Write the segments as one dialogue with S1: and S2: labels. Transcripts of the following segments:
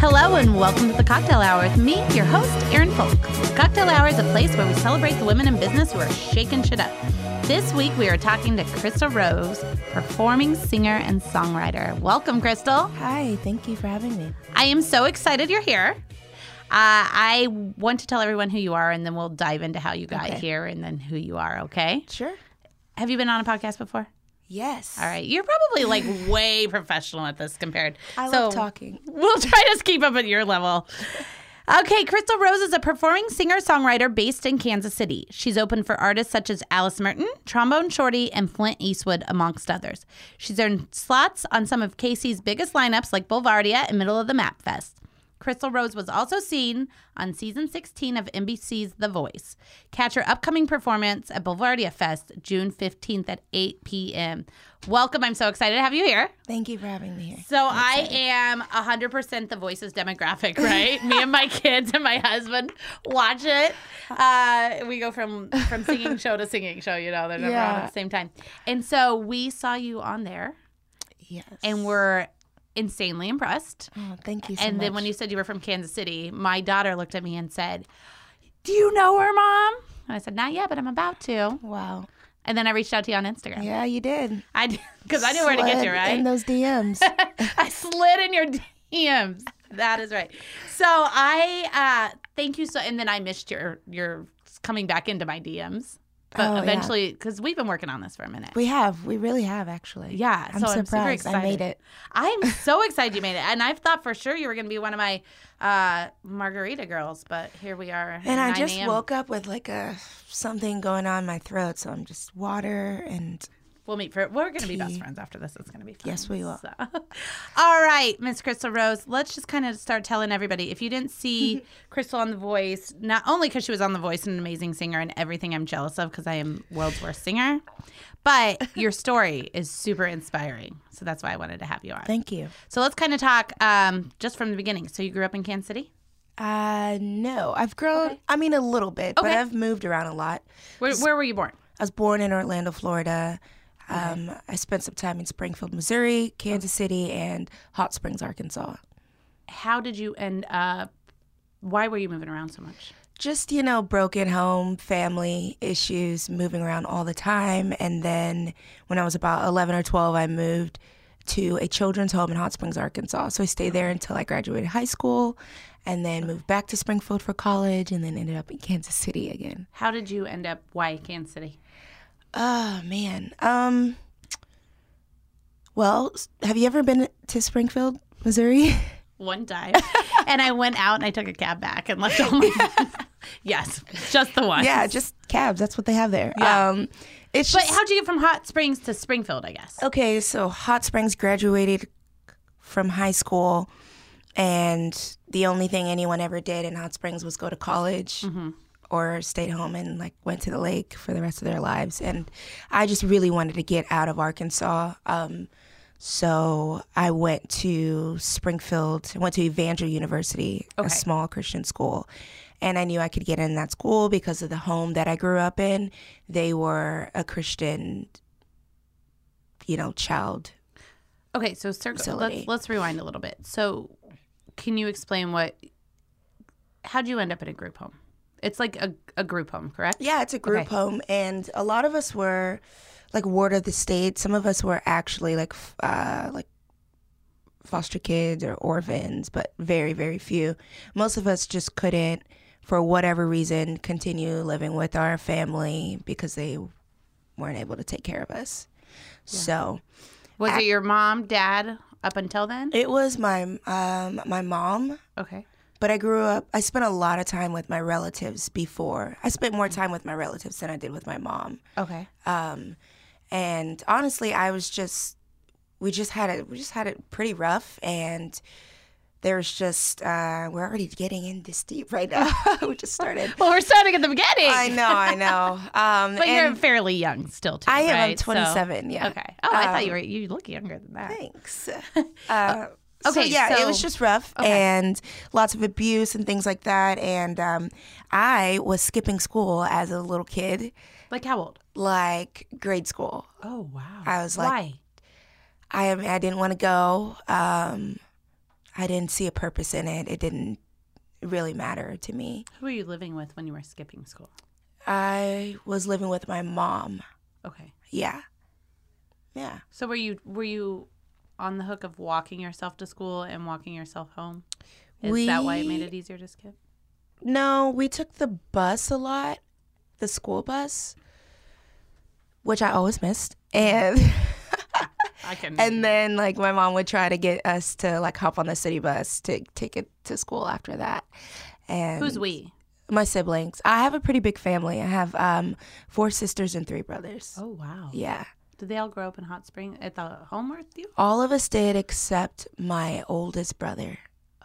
S1: Hello and welcome to the Cocktail Hour with me, your host, Erin Folk. Cocktail Hour is a place where we celebrate the women in business who are shaking shit up. This week we are talking to Krista Rose, performing singer and songwriter. Welcome, Crystal.
S2: Hi, thank you for having me.
S1: I am so excited you're here. Uh, I want to tell everyone who you are, and then we'll dive into how you got
S2: Okay. here
S1: and then who you are. Okay.
S2: Sure.
S1: Have you been on a podcast before?
S2: Yes.
S1: All right. You're probably like way professional at this compared.
S2: I
S1: so
S2: love talking.
S1: We'll try to keep up at your level. Okay, Crystal Rose is a performing singer songwriter based in Kansas City. She's opened for artists such as Alice Merton, Trombone Shorty, and Flint Eastwood, amongst others. She's earned slots on some of Casey's biggest lineups like Boulevardia and Middle of the Map Fest. Crystal Rose was also seen on season 16 of NBC's The Voice. Catch her upcoming performance at Boulevardia Fest June 15th at 8 p.m. Welcome. I'm so excited to have you here.
S2: Thank you for having me here.
S1: So I am 100% the voices demographic, right? Me and my kids and my husband watch it. Uh, we go from from singing show to singing show, you know, they're never on
S2: Yeah.
S1: at the same time. And so we saw you on there
S2: Yes.
S1: and were insanely impressed.
S2: Oh, thank you so
S1: and
S2: much.
S1: then when you said you were from Kansas City, my daughter looked at me and said, "Do you know her, mom?" And I said, "Not yet, but I'm about to."
S2: Wow.
S1: And then I reached out to you on Instagram.
S2: Yeah, you did.
S1: I because I knew where to get you,
S2: Slid
S1: right?
S2: In those DMs.
S1: I slid in your DMs. That is right. So I uh thank you so and then I missed your your coming back into my DMs. But
S2: Oh, yeah.
S1: eventually cuz we've been working on this for a minute.
S2: we have. We really have, actually.
S1: yeah,
S2: I'm
S1: so I'm super
S2: surprised.
S1: excited.
S2: I made it.
S1: I'm so excited you made it. And I've thought for sure you were going to be one of my uh margarita girls, but here we are. at
S2: And I
S1: 9
S2: just
S1: a.m..
S2: woke up with like a something going on in my throat, so I'm just water and
S1: We'll meet for we're going to be best
S2: Tea.
S1: friends after this. It's going to be fun.
S2: Yes, we will.
S1: So- All right, Miss Crystal Rose, let's just kind of start telling everybody. If you didn't see Crystal on The Voice, not only because she was on The Voice, an amazing singer, and everything I'm jealous of because I am world's worst singer, but your story is super inspiring. So that's why I wanted to have you on.
S2: thank you.
S1: so let's kind of talk um, just from the beginning. So you grew up in Kansas City.
S2: Uh, no, I've grown. I mean, a little bit, but
S1: Okay.
S2: I've moved around a lot.
S1: Where, where were you born?
S2: I was born in Orlando, Florida. Um, I spent some time in Springfield, Missouri, Kansas City, and Hot Springs, Arkansas.
S1: How did you end up? Why were you moving around so much?
S2: Just, you know, broken home, family issues, moving around all the time. And then when I was about 11 or 12, I moved to a children's home in Hot Springs, Arkansas. So I stayed there until I graduated high school and then moved back to Springfield for college and then ended up in Kansas City again.
S1: How did you end up? Why Kansas City?
S2: Oh, man. Um, well, s- have you ever been to Springfield, Missouri?
S1: one time and I went out and I took a cab back and left all my Yes, just the one.
S2: Yeah, just cabs. That's what they have there. Um, it's
S1: But
S2: just
S1: how'd you get from Hot Springs to Springfield, I guess?
S2: okay. So Hot Springs graduated from high school, and the only thing anyone ever did in Hot Springs was go to college. Or stayed home and like went to the lake for the rest of their lives, and I just really wanted to get out of Arkansas. Um, so I went to Springfield. I went to Evangel University,
S1: Okay.
S2: a small Christian school. And I knew I could get in that school because of the home that I grew up in. They were a Christian, you know, child.
S1: Okay, so circle let's
S2: Facility.
S1: let's rewind a little bit. So can you explain what how'd you end up in a group home? It's like a, a group home, correct?
S2: Yeah, it's a group
S1: Okay.
S2: home. And a lot of us were like ward of the state. Some of us were actually like, f- uh, like, foster kids or orphans but very very few most of us just couldn't for whatever reason continue living with our family because they weren't able to take care of us so
S1: Was it your mom, dad up until then?
S2: It was my um, my mom,
S1: Okay.
S2: but I grew up. I spent a lot of time with my relatives before. I spent more time with my relatives than I did with my mom.
S1: Okay.
S2: Um, and honestly, I was just we just had it. We just had it pretty rough, and there's just uh, we're already getting in this deep right now. we just started.
S1: Well, we're starting at the beginning.
S2: I know, I know. Um,
S1: But you're
S2: and
S1: fairly young still too.
S2: I am. I'm
S1: right? So-
S2: 27. Yeah.
S1: okay. Oh, I thought
S2: Um,
S1: you were you look younger than that.
S2: Thanks. Uh, so,
S1: okay,
S2: yeah, it was
S1: so-
S2: just rough
S1: Okay.
S2: and lots of abuse and things like that. And um, I was skipping school as a little kid,
S1: Like how old?
S2: like grade school.
S1: Oh wow!
S2: I was like-
S1: why?
S2: I I didn't want to go. Um, I didn't see a purpose in it. It didn't really matter to me.
S1: Who were you living with when you were skipping school?
S2: I was living with my mom.
S1: Okay.
S2: Yeah. Yeah.
S1: So were you were you on the hook of walking yourself to school and walking yourself home? Is that why it made
S2: We-
S1: it easier to skip?
S2: No, we took the bus a lot, the school bus, which I always missed. And
S1: I can.
S2: and then like my mom would try to get us to like hop on the city bus to take it to school after that. And
S1: who's we?
S2: my siblings. I have a pretty big family. I have um four sisters and three brothers.
S1: Oh wow.
S2: Yeah.
S1: Did they all grow up in Hot Spring at the home with you?
S2: All of us did except my oldest brother.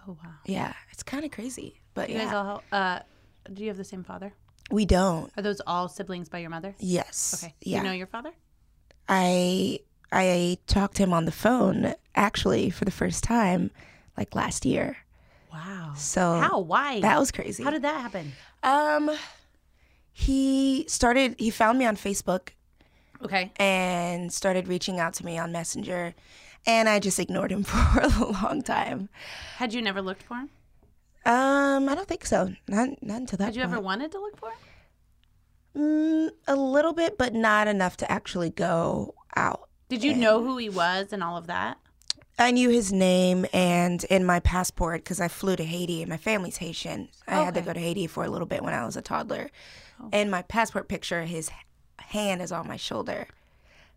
S1: Oh wow.
S2: Yeah. It's kind of crazy. But
S1: You
S2: yeah.
S1: guys all uh, do you have the same father?
S2: we don't.
S1: Are those all siblings by your mother?
S2: Yes.
S1: Okay. Do
S2: Yeah.
S1: You know your father?
S2: I I talked to him on the phone actually for the first time like last year.
S1: Wow.
S2: So
S1: How? Why?
S2: that was crazy.
S1: How did that happen?
S2: um he started he found me on Facebook
S1: Okay.
S2: and started reaching out to me on Messenger and I just ignored him for a long time.
S1: Had you never looked for him?
S2: Um I don't think so. Not not until that
S1: Had you ever
S2: point.
S1: wanted to look for him?
S2: mm, a little bit but not enough to actually go out.
S1: Did you know who he was and all of that?
S2: I knew his name and in my passport because I flew to Haiti and my family's Haitian. I had to
S1: Okay.
S2: go to Haiti for a little bit when I was a toddler. In my passport picture, his h- hand is on my shoulder.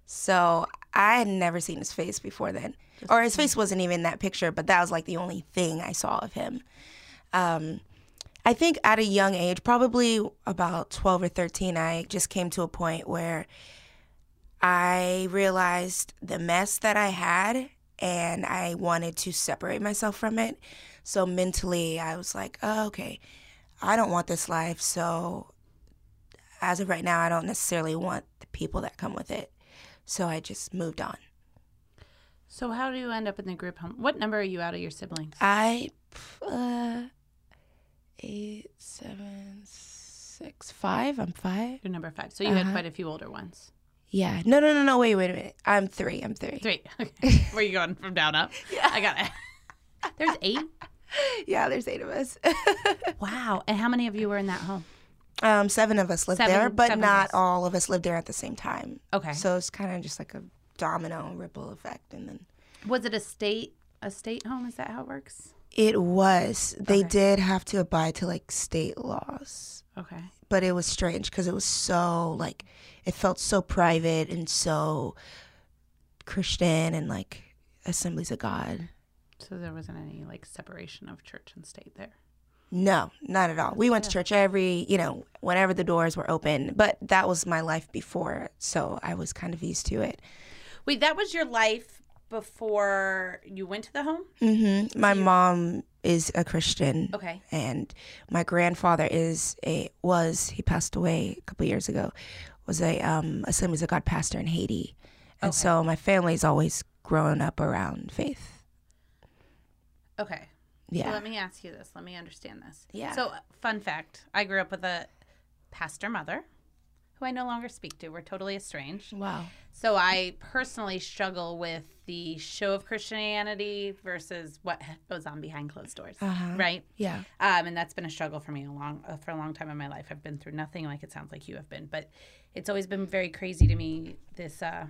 S2: So I had never seen his face before then. or his face wasn't even in that picture, but that was like the only thing I saw of him. Um, I think at a young age, probably about 12 or 13, I just came to a point where I realized the mess that I had and I wanted to separate myself from it. So mentally, I was like, oh, okay, I don't want this life. So as of right now, I don't necessarily want the people that come with it. So I just moved on.
S1: So how do you end up in the group home? What number are you out of your siblings?
S2: I, uh, eight, seven, six, five. I'm five.
S1: You're number five. So you had quite a few older ones.
S2: Yeah. No, no, no, no. Wait, wait a minute. I'm three. I'm three.
S1: Three. Okay. Where you going from down up? Yeah. I got it. There's eight.
S2: Yeah, there's eight of us.
S1: Wow. And how many of you were in that home?
S2: Um, seven of us lived
S1: Seven-
S2: there, but
S1: seven of
S2: not
S1: us.
S2: all of us lived there at the same time.
S1: Okay.
S2: So it's kind of just like a domino ripple effect, and then
S1: Was it a state a state home? Is that how it works?
S2: it was. They
S1: Okay.
S2: did have to abide to like state laws,
S1: Okay.
S2: but it was strange because it was so like it felt so private and so Christian and like Assemblies of God.
S1: So there wasn't any like separation of church and state there.
S2: No, not at all. We went to church every, you know, whenever the doors were open, but that was my life before, so I was kind of used to it.
S1: Wait, that was your life before you went to the home?
S2: hmm My mom is a Christian.
S1: Okay.
S2: and my grandfather is a was he passed away a couple years ago was a um assemblies of god pastor in haiti and so my family's always grown up around faith
S1: Okay. So
S2: yeah
S1: let me ask you this. Let me understand this.
S2: Yeah.
S1: So, fun fact I grew up with a pastor mother who I no longer speak to. We're totally estranged.
S2: wow
S1: So, I personally struggle with the show of Christianity versus what goes on behind closed doors.
S2: Uh-huh.
S1: Right?
S2: yeah
S1: Um, and that's been a struggle for me a long uh, for a long time in my life. I've been through nothing like it sounds like you have been, but it's always been very crazy to me this uh,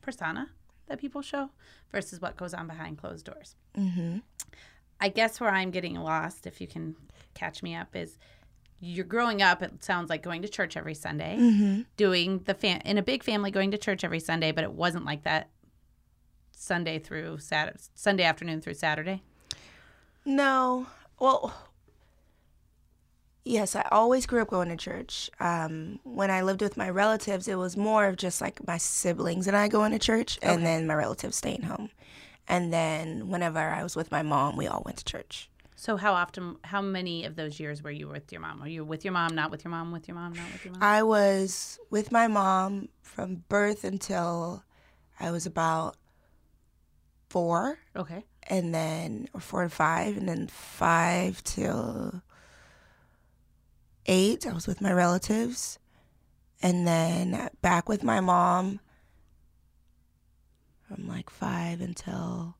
S1: persona that people show versus what goes on behind closed doors. Mm-hmm. I guess where I'm getting lost, if you can catch me up, is you're growing up. It sounds like going to church every Sunday, doing the fam- in a big family, going to church every Sunday, but it wasn't like that. Sunday through Saturday, Sunday afternoon through Saturday.
S2: no well yes i always grew up going to church um when i lived with my relatives it was more of just like my siblings and i going to church and then my relatives staying home and then whenever i was with my mom we all went to church
S1: So how often, how many of those years were you with your mom? Were you with your mom, not with your mom, with your mom, not with your mom?
S2: I was with my mom from birth until I was about four,
S1: Okay.
S2: and then or four to five, and then five till eight. I was with my relatives, and then back with my mom from like five until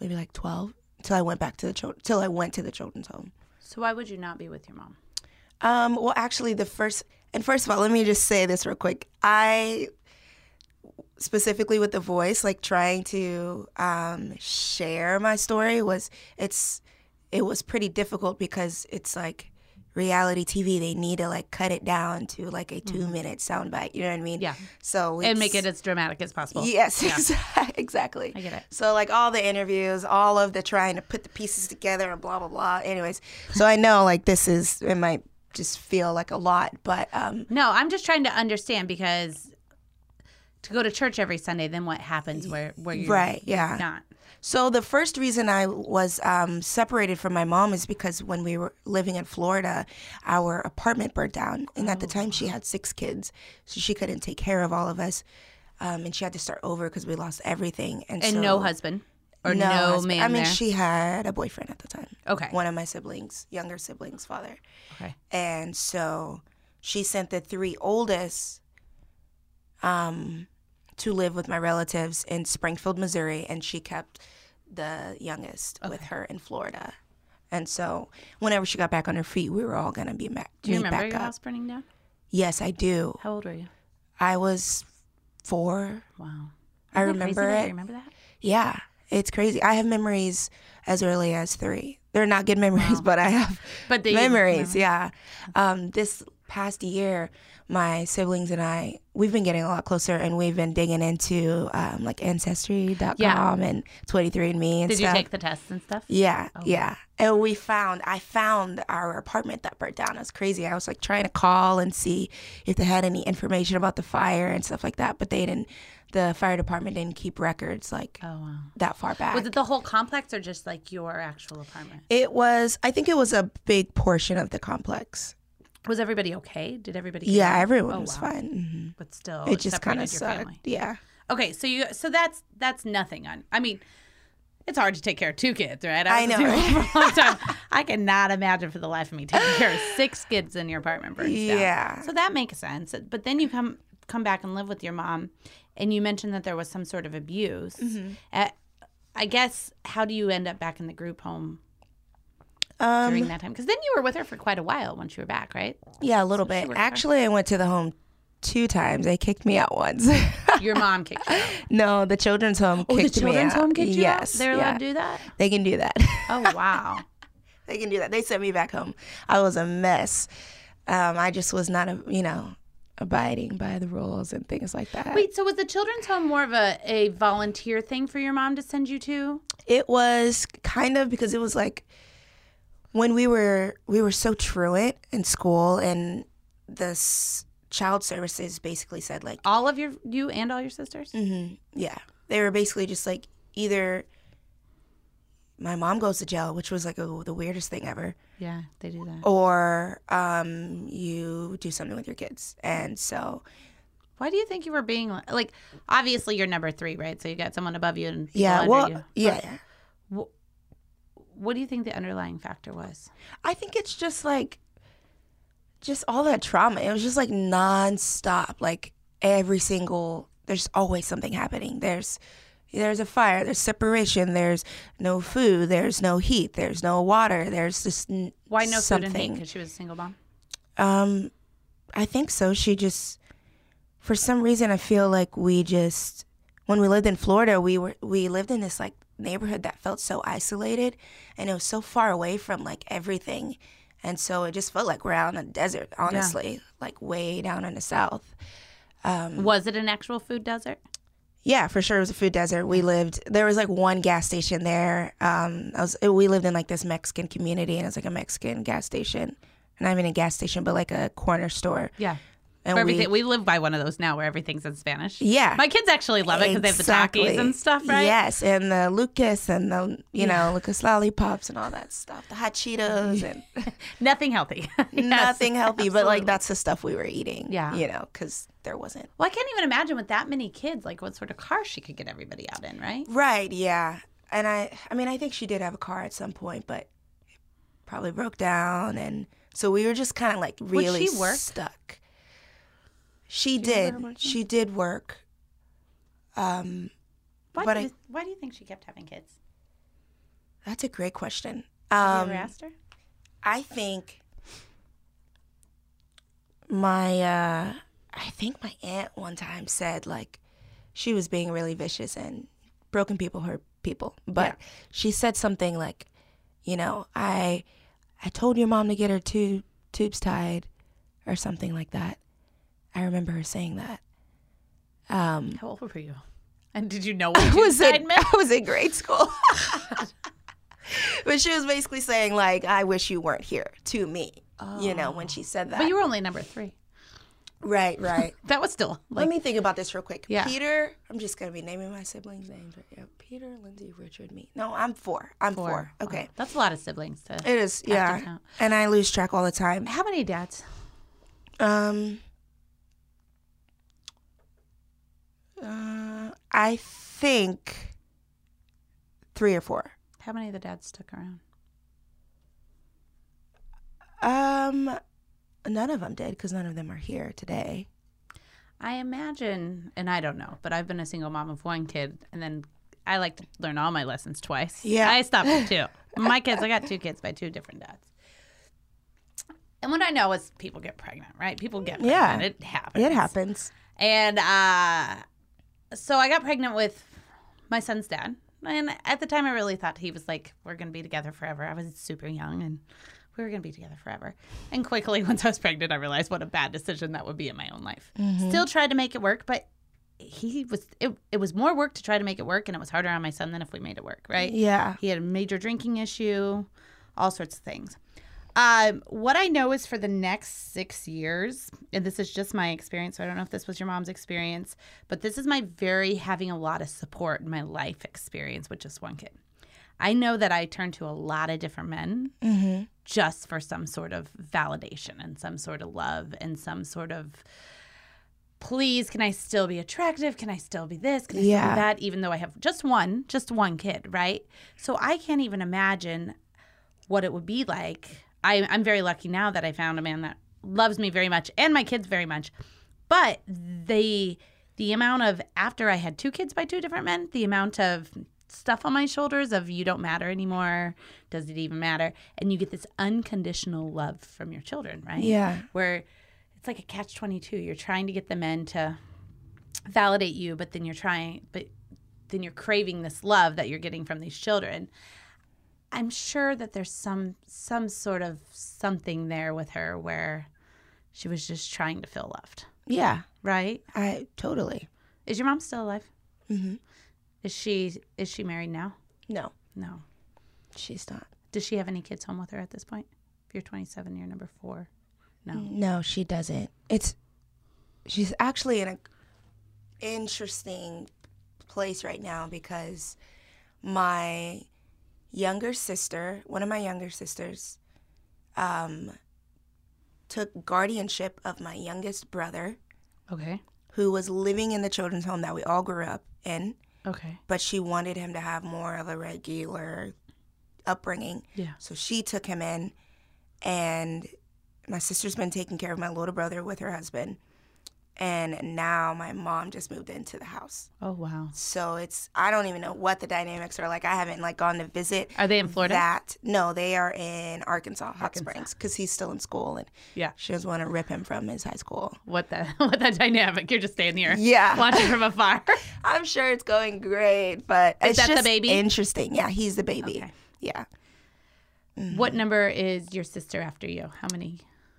S2: maybe like 12 till I went back to the chil- till I went to the children's home.
S1: So why would you not be with your mom?
S2: Um, well, actually, the first and first of all, let me just say this real quick. I specifically with the voice, like trying to um, share my story was it's it was pretty difficult because it's like reality TV. They need to like cut it down to like a two minute soundbite. You know what I mean?
S1: Mm-hmm. Yeah.
S2: So
S1: And
S2: it's-
S1: make it as dramatic as possible.
S2: Yes, exa- exactly.
S1: I get it.
S2: So like all the interviews, all of the trying to put the pieces together and blah blah blah. Anyways, so I know like this is it might just feel like a lot, but um
S1: No, I'm just trying to understand because to go to church every Sunday, then what happens where where you're
S2: right, yeah.
S1: not?
S2: So the first reason I was um, separated from my mom is because when we were living in Florida, our apartment burnt down, and
S1: Oh,
S2: at the time she had six kids, so she couldn't take care of all of us, um, and she had to start over because we lost everything. And,
S1: And
S2: so,
S1: no husband or no,
S2: husband.
S1: man
S2: I mean,
S1: there.
S2: she had a boyfriend at the time.
S1: okay.
S2: one of my siblings, younger siblings' father.
S1: Okay.
S2: And so she sent the three oldest um, to live with my relatives in Springfield, Missouri, and she kept the youngest with her in Florida. And so whenever she got back on her feet, we were all gonna be back.
S1: Do you remember
S2: back
S1: your
S2: up.
S1: house burning down?
S2: Yes, I do.
S1: How old were you?
S2: I was four.
S1: Wow.
S2: I
S1: Isn't that crazy
S2: remember
S1: that you
S2: it.
S1: remember that?
S2: Yeah, it's crazy. I have memories as early as three. They're not good memories, but I have
S1: But the
S2: memories. Yeah. Um, this past year, my siblings and I, we've been getting a lot closer, and we've been digging into um, like Ancestry.com
S1: Yeah.
S2: and 23andMe and
S1: Did you
S2: stuff.
S1: take Oh. the tests and stuff?
S2: yeah, yeah. And we found, I found our apartment that burnt down. It was crazy. I was like trying to call and see if they had any information about the fire and stuff like that, but they didn't. The fire department didn't keep records like
S1: Oh wow.
S2: that far back.
S1: Was it the whole complex or just like your actual apartment?
S2: It was, I think it was a big portion of the complex.
S1: Was everybody okay? Did everybody? get
S2: Yeah,
S1: along?
S2: everyone
S1: Oh,
S2: was
S1: wow.
S2: fine. Mhm.
S1: But still,
S2: It just kind of
S1: separated your
S2: sucked.
S1: family.
S2: Yeah.
S1: Okay, so you so that's that's nothing on. I mean, it's hard to take care of two kids, right?
S2: I
S1: was a
S2: know,
S1: single
S2: right?
S1: for a long time. I cannot imagine for the life of me taking care of six kids in your apartment burns down.
S2: Yeah.
S1: So that makes sense. But then you come come back and live with your mom, and you mentioned that there was some sort of abuse.
S2: Mm-hmm.
S1: Uh, I guess how do you end up back in the group home during
S2: Um,
S1: that time? Because then you were with her for quite a while once you were back, right?
S2: yeah, a little
S1: she
S2: bit.
S1: worked hard.
S2: Actually, I went to the home two times. They kicked me out once.
S1: Your mom kicked you. Out.
S2: no, the children's home
S1: Oh, the
S2: kicked me out.
S1: children's home kicked you. out?
S2: Yes.
S1: they're
S2: yeah.
S1: allowed to do that.
S2: They can do that.
S1: Oh wow.
S2: they can do that. They sent me back home. I was a mess. Um, I just was not, a, you know, abiding by the rules and things like that.
S1: Wait, so was the children's home more of a, a volunteer thing for your mom to send you to?
S2: It was kind of because it was like when we were we were so truant in school, and this child services basically said like,
S1: All of your you and all your sisters?
S2: mhm, yeah, they were basically just like either my mom goes to jail, which was like a, the weirdest thing ever,
S1: Yeah, they do that.
S2: or um, you do something with your kids, and so
S1: Why do you think you were being li- like obviously you're number 3, right? So you got someone above you and people
S2: yeah,
S1: under
S2: well,
S1: you.
S2: yeah, yeah.
S1: What do you think the underlying factor was?
S2: I think it's just like just all that trauma. It was just like nonstop. Like every single there's always something happening. There's there's a fire, there's separation, there's no food, there's no heat, there's no water, there's just n-
S1: Why no
S2: something.
S1: food and heat cuz she was a single mom?
S2: Um I think so. She just for some reason I feel like we just when we lived in Florida, we were we lived in this like neighborhood that felt so isolated and it was so far away from like everything. And so it just felt like we're out in the desert, honestly, like way down in the south.
S1: Was it an actual food desert?
S2: Yeah, for sure. It was a food desert. We lived, there was like one gas station there. Um, I was, we lived in like this Mexican community and it was like a Mexican gas station. Not even a gas station, but like a corner store.
S1: Yeah.
S2: And
S1: For everything, we live by one of those now where everything's in Spanish.
S2: Yeah.
S1: My kids actually love it because they have the
S2: Exactly.
S1: takis and stuff, right?
S2: Yes, and the Lucas and the you know Lucas lollipops and all that stuff, the hot Cheetos and
S1: Nothing healthy. Yes.
S2: nothing healthy, but like that's the stuff we were eating.
S1: Yeah.
S2: you know, because there wasn't.
S1: Well, I can't even imagine with that many kids, like what sort of car she could get everybody out in, right?
S2: Right. Yeah, and I I mean I think she did have a car at some point, but it probably broke down, and so we were just kind of like really
S1: she work?
S2: stuck. She
S1: you remember
S2: did.
S1: her working?
S2: She did work. Um,
S1: Why,
S2: But
S1: do
S2: I-
S1: you, why do you think she kept having kids?
S2: That's a great question.
S1: Have
S2: Um,
S1: you ever asked her?
S2: I think my uh I think my aunt one time said like she was being really vicious and broken people hurt people. But she said something like, you know, I I told your mom to get her two tubes tied or something like that. I remember her saying that. Um
S1: How old were you? And did you know what
S2: I
S1: you
S2: was
S1: said?
S2: in, I was in grade school. but she was basically saying like I wish you weren't here to me. You know, when she said that.
S1: Oh. But you were only number three.
S2: Right, right.
S1: That was still
S2: Let
S1: like
S2: me think about this real quick.
S1: Yeah.
S2: Peter, I'm just gonna be naming my siblings' names. Right yeah, Peter, Lindsay, Richard, me. No, I'm four. I'm four.
S1: four.
S2: Okay.
S1: Wow, that's a lot of siblings. To...
S2: It is, yeah.
S1: count.
S2: And I lose track all the time.
S1: How many dads?
S2: Um, uh, I think three or four.
S1: How many of the dads stuck around?
S2: Um, none of them did because none of them are here today.
S1: I imagine, and I don't know, but I've been a single mom of one kid, and then I like to learn all my lessons twice.
S2: Yeah.
S1: I stopped at two. My kids, I got two kids by two different dads. And what I know is people get pregnant, right? People get pregnant.
S2: Yeah.
S1: It happens.
S2: It happens.
S1: And uh, so I got pregnant with my son's dad. And at the time, I really thought he was like, we're going to be together forever. I was super young and we were going to be together forever. And quickly, once I was pregnant, I realized what a bad decision that would be in my own life. Still tried to make it work, but he was, it, it was more work to try to make it work. And it was harder on my son than if we made it work, right?
S2: Yeah.
S1: He had a major drinking issue, all sorts of things. Um, what I know is for the next six years, and this is just my experience, so I don't know if this was your mom's experience, but this is my very having a lot of support in my life experience with just one kid. I know that I turned to a lot of different men
S2: Mm-hmm.
S1: just for some sort of validation and some sort of love and some sort of please can i still be attractive can i still be this can i still
S2: Yeah.
S1: be that even though i have just one just one kid right so i can't even imagine what it would be like I, i'm very lucky now that i found a man that loves me very much and my kids very much but the the amount of after i had two kids by two different men the amount of stuff on my shoulders of you don't matter anymore does it even matter and you get this unconditional love from your children right
S2: Yeah.
S1: where it's like a catch 22 you're trying to get the men to validate you but then you're trying but then you're craving this love that you're getting from these children i'm sure that there's some some sort of something there with her where she was just trying to feel loved
S2: Yeah.
S1: right
S2: I totally.
S1: is your mom still alive
S2: Mm-hmm.
S1: is she is she married now
S2: No,
S1: no
S2: she's not.
S1: does she have any kids home with her at this point if you're 27 you're number four no
S2: No, she doesn't. It's she's actually in a interesting place right now because my younger sister, one of my younger sisters, um, took guardianship of my youngest brother,
S1: okay
S2: who was living in the children's home that we all grew up in,
S1: okay
S2: but she wanted him to have more of a regular upbringing.
S1: yeah
S2: So she took him in, and my sister's been taking care of my little brother with her husband. And now my mom just moved into the house.
S1: oh wow
S2: So it's, I don't even know what the dynamics are like. I haven't like gone to visit
S1: are they in florida
S2: that. No, they are in Arkansas, Hot
S1: Arkansas.
S2: Springs, because he's still in school and
S1: Yeah.
S2: she doesn't want to rip him from his high school.
S1: what that what that dynamic. You're just staying here,
S2: Yeah.
S1: watching from afar.
S2: I'm sure it's going great, but it's
S1: that the
S2: just
S1: baby?
S2: interesting. Yeah, he's the baby.
S1: Okay.
S2: Yeah.
S1: What number is your sister after you? How many?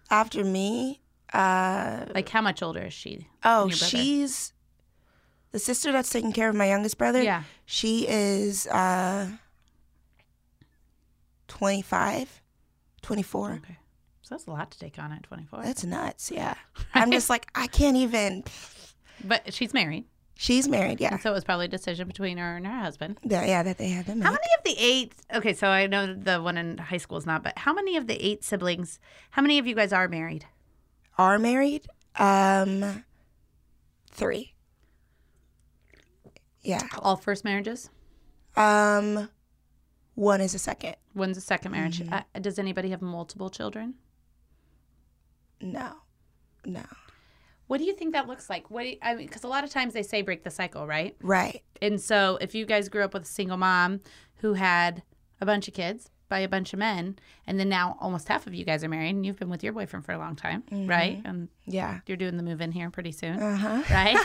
S2: After me, uh,
S1: Like how much older is she?
S2: Oh,
S1: your brother?
S2: she's the sister that's taking care of my youngest brother.
S1: Yeah.
S2: She is uh 25, 24.
S1: Okay. So that's a lot to take on at 24.
S2: That's nuts. Yeah. I'm just like I can't even
S1: But she's married,
S2: She's married, yeah.
S1: and so it was probably a decision between her and her husband.
S2: Yeah, yeah, that they have them.
S1: How many of the eight? Okay, so I know the one in high school is not, but how many of the eight siblings? How many of you guys are married?
S2: Are married? Um 3. Yeah.
S1: All first marriages.
S2: Um one is a second.
S1: One's a second marriage.
S2: Mm-hmm.
S1: Uh, does anybody have multiple children?
S2: No. No.
S1: What do you think that looks like? What do you, I mean, because a lot of times they say break the cycle, right?
S2: Right.
S1: And so if you guys grew up with a single mom who had a bunch of kids by a bunch of men, and then now almost half of you guys are married, and you've been with your boyfriend for a long time,
S2: Mm-hmm.
S1: right? And
S2: Yeah.
S1: you're doing the move in here pretty soon,
S2: Uh-huh.
S1: right?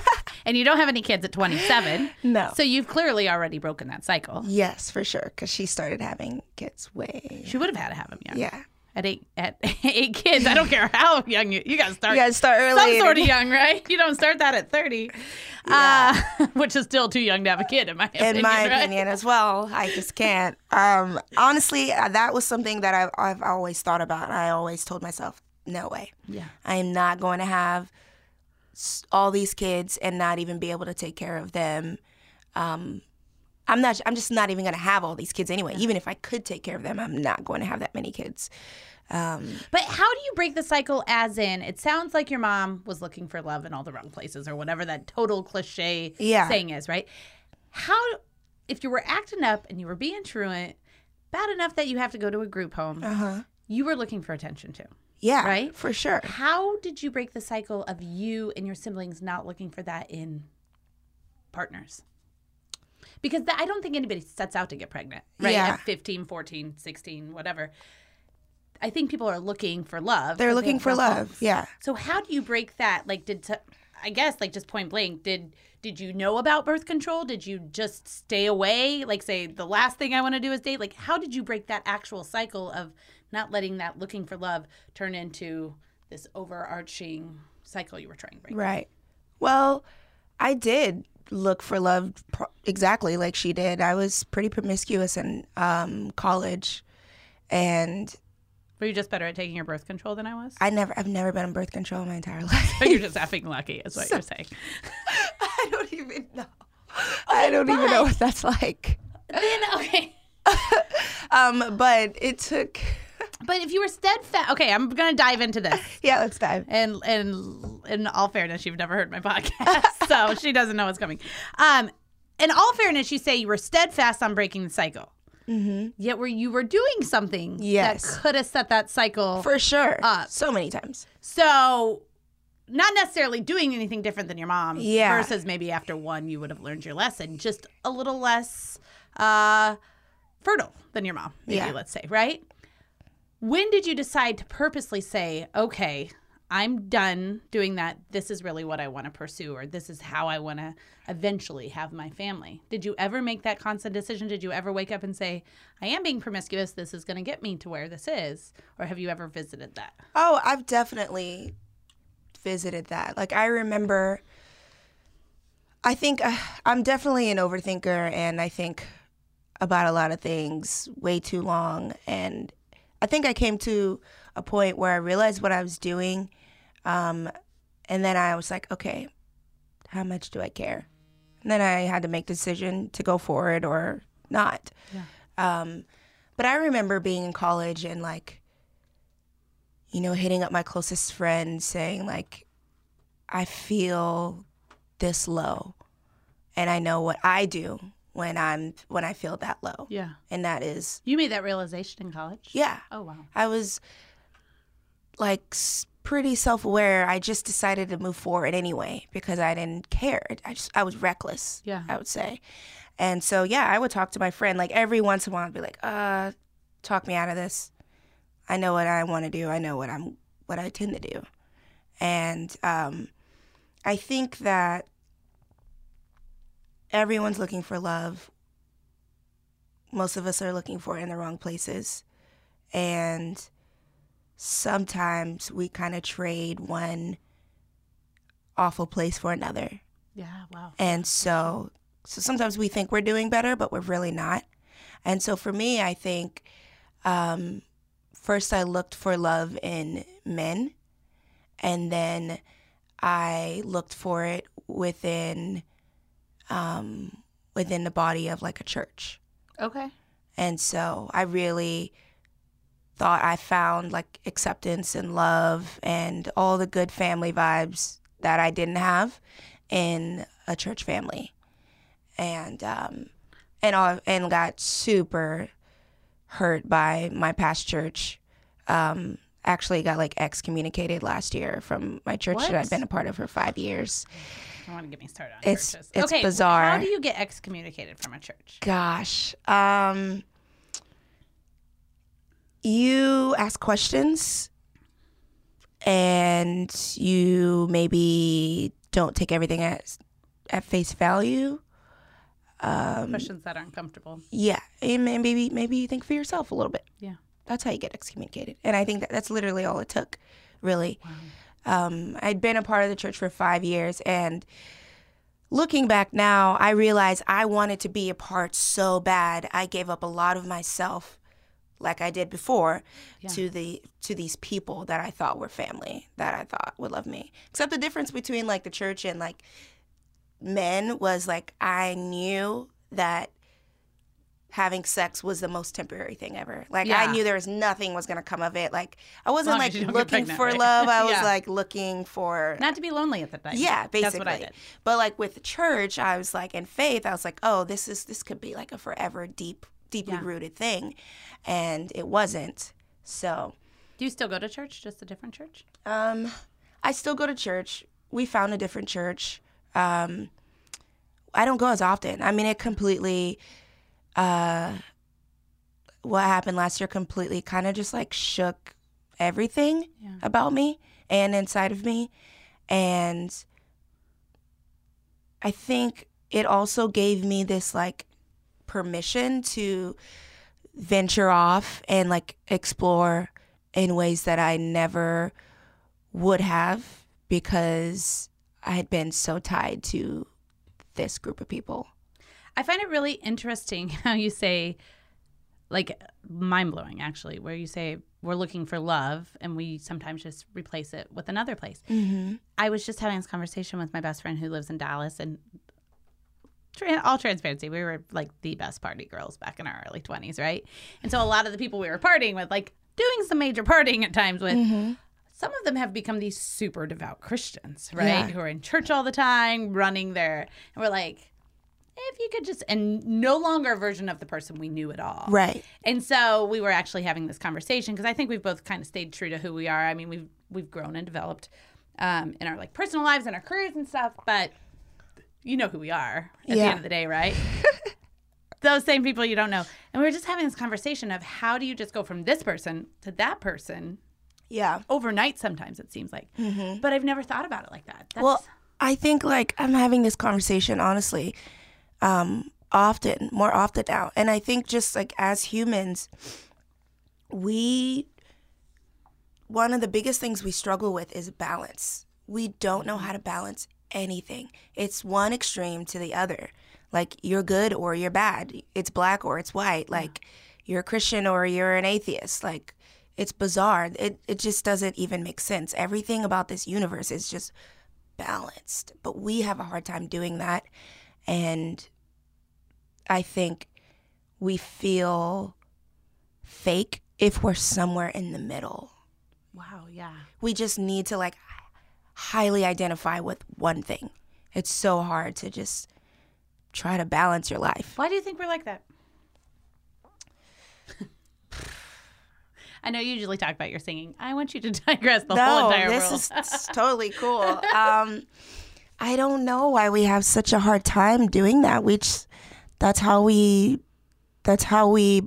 S1: and you don't have any kids at 27,
S2: No.
S1: so you've clearly already broken that cycle.
S2: yes, for sure. Because she started having kids way.
S1: She would have had to have him young.
S2: Yeah.
S1: At eight, at eight kids, I don't care how young you, you got to start.
S2: You gotta start early.
S1: some
S2: and-
S1: sort of young, right? You don't start that at 30, uh, which is still too young to have a kid, in my opinion.
S2: in my
S1: right?
S2: opinion as well. I just can't. Um, honestly, uh, that was something that I've, I've always thought about. I always told myself, no way.
S1: Yeah.
S2: I am not going to have s- all these kids and not even be able to take care of them. Um, I'm not. I'm just not even going to have all these kids anyway. Even if I could take care of them, I'm not going to have that many kids. Um,
S1: But how do you break the cycle as in it sounds like your mom was looking for love in all the wrong places or whatever that total cliche
S2: Yeah.
S1: saying is, right? How if you were acting up and you were being truant, bad enough that you have to go to a group home,
S2: uh-huh.
S1: you were looking for attention too.
S2: Yeah.
S1: Right?
S2: For sure.
S1: How did you break the cycle of you and your siblings not looking for that in partners? Because that, I don't think anybody sets out to get pregnant, right?
S2: Yeah.
S1: At 15, 14, 16, whatever. I think people are looking for love.
S2: They're
S1: 'cause they
S2: looking
S1: have
S2: for
S1: no
S2: love.
S1: homes.
S2: Yeah.
S1: So how do you break that? Like, did t- I guess like just point blank? Did did you know about birth control? Did you just stay away? Like, say the last thing I want to do is date. Like, how did you break that actual cycle of not letting that looking for love turn into this overarching cycle you were trying to break?
S2: Right. Well, I did look for love pro- exactly like she did. I was pretty promiscuous in um, college, and
S1: Were you just better at taking your birth control than I was?
S2: I never, I've never been on birth control in my entire life.
S1: Or you're just effing lucky, is what you're saying.
S2: I don't even know. I don't even know what that's like.
S1: then okay.
S2: Um, but it took.
S1: But if you were steadfast, okay, I'm gonna dive into this.
S2: Yeah, let's dive.
S1: and and in all fairness, you've never heard my podcast, so she doesn't know what's coming. Um, in all fairness, you say you were steadfast on breaking the cycle, mm-hmm. yet were you were doing something
S2: Yes.
S1: that could have set that cycle.
S2: For sure.
S1: Up.
S2: so many times.
S1: so, not necessarily doing anything different than your mom.
S2: Yeah.
S1: Versus maybe after one, you would have learned your lesson, just a little less uh, fertile than your mom. Maybe
S2: Yeah.
S1: let's say right. When did you decide to purposely say, okay, I'm done doing that. This is really what I want to pursue, or this is how I want to eventually have my family? Did you ever make that constant decision? Did you ever wake up and say, I am being promiscuous. This is going to get me to where this is? Or have you ever visited that?
S2: Oh, I've definitely visited that. Like I remember I think uh, I'm definitely an overthinker and I think about a lot of things way too long and I think I came to a point where I realized what I was doing um and then I was like, okay, how much do I care? And then I had to make decision to go for it or not. Um but I remember being in college and like you know, hitting up my closest friend saying, like, I feel this low. And I know what I do when I'm when I feel that low.
S1: Yeah.
S2: And that is,
S1: You made that realization in college?
S2: yeah.
S1: Oh, wow.
S2: I was like s- pretty self-aware. I just decided to move forward anyway because I didn't care. I just I was reckless.
S1: Yeah.
S2: I would say. And so yeah, I would talk to my friend like every once in a while. I'd be like, uh, talk me out of this. I know what I want to do. I know what I'm what I tend to do. And um, I think that everyone's looking for love. Most of us are looking for it in the wrong places and sometimes we kind of trade one awful place for another.
S1: Yeah, wow.
S2: And so so sometimes we think we're doing better, but we're really not. And so for me, I think um, first I looked for love in men, and then I looked for it within um, within the body of like a church.
S1: Okay.
S2: And so I really thought I found like acceptance and love and all the good family vibes that I didn't have in a church family. And um and all, and got super hurt by my past church. Um actually got like excommunicated last year from my church
S1: What?
S2: that I've been a part of for 5 years.
S1: I want to get me started on
S2: It's-
S1: churches.
S2: it's
S1: okay,
S2: bizarre.
S1: How do you get excommunicated from a church?
S2: Gosh. Um you ask questions and you maybe don't take everything at at face value. Um,
S1: Questions that aren't comfortable.
S2: Yeah, and may- maybe maybe you think for yourself a little bit.
S1: Yeah.
S2: That's how you get excommunicated, and I think that that's literally all it took, really. Um, I'd been a part of the church for five years, and looking back now, I realize I wanted to be a part so bad. I gave up a lot of myself, like I did before, to the to these people that I thought were family, that I thought would love me. Except the difference between like the church and like men was like I knew that having sex was the most temporary thing ever. Like
S1: Yeah.
S2: I knew there was nothing was gonna come of it. Like I wasn't
S1: long
S2: like
S1: as you don't get
S2: looking
S1: pregnant,
S2: for
S1: right?
S2: love. I was
S1: Yeah.
S2: like looking for
S1: Not to be lonely at the time.
S2: yeah, basically.
S1: That's what I did.
S2: But like with the church, I was like in faith, I was like, oh, this is this could be like a forever deep deeply
S1: Yeah.
S2: rooted thing. And it wasn't. So
S1: Do you still go to church? Just a different church?
S2: um I still go to church. We found a different church. Um I don't go as often. I mean it completely uh what happened last year completely kind of just like shook everything
S1: Yeah.
S2: about me and inside of me. And I think it also gave me this like permission to venture off and like explore in ways that I never would have because I had been so tied to this group of people.
S1: I find it really interesting how you say, like, mind blowing actually, where you say we're looking for love and we sometimes just replace it with another place.
S2: Mm-hmm.
S1: I was just having this conversation with my best friend who lives in Dallas, and tra- all transparency, we were like the best party girls back in our early 20s, right? And so a lot of the people we were partying with, like, doing some major partying at times with,
S2: Mm-hmm.
S1: some of them have become these super devout Christians, right?
S2: Yeah.
S1: Who are in church all the time, running their, and we're like, if you could just, and no longer a version of the person we knew at all.
S2: Right.
S1: And so we were actually having this conversation because I think we've both kind of stayed true to who we are. I mean, we've we've grown and developed um, in our like personal lives and our careers and stuff, but you know who we are at the
S2: Yeah.
S1: end of the day, right? Those same people you don't know. And we were just having this conversation of how do you just go from this person to that person
S2: Yeah.
S1: overnight sometimes it seems like. But I've never thought about it like that. That's,
S2: Mm-hmm. Well, I think like I'm having this conversation honestly, um, often, more often now. And I think just like as humans, we one of the biggest things we struggle with is balance. We don't know how to balance anything. It's one extreme to the other. Like you're good or you're bad. It's black or it's white. Like you're a Christian or you're an atheist. Like it's bizarre. It it just doesn't even make sense. Everything about this universe is just balanced, but we have a hard time doing that. And I think we feel fake if we're somewhere in the middle.
S1: wow, yeah.
S2: We just need to like highly identify with one thing. It's so hard to just try to balance your life.
S1: Why do you think we're like that? I know you usually talk about your singing. I want you to digress the whole entire
S2: this
S1: world.
S2: is it's totally cool. Um, I don't know why we have such a hard time doing that. We just, that's how we that's how we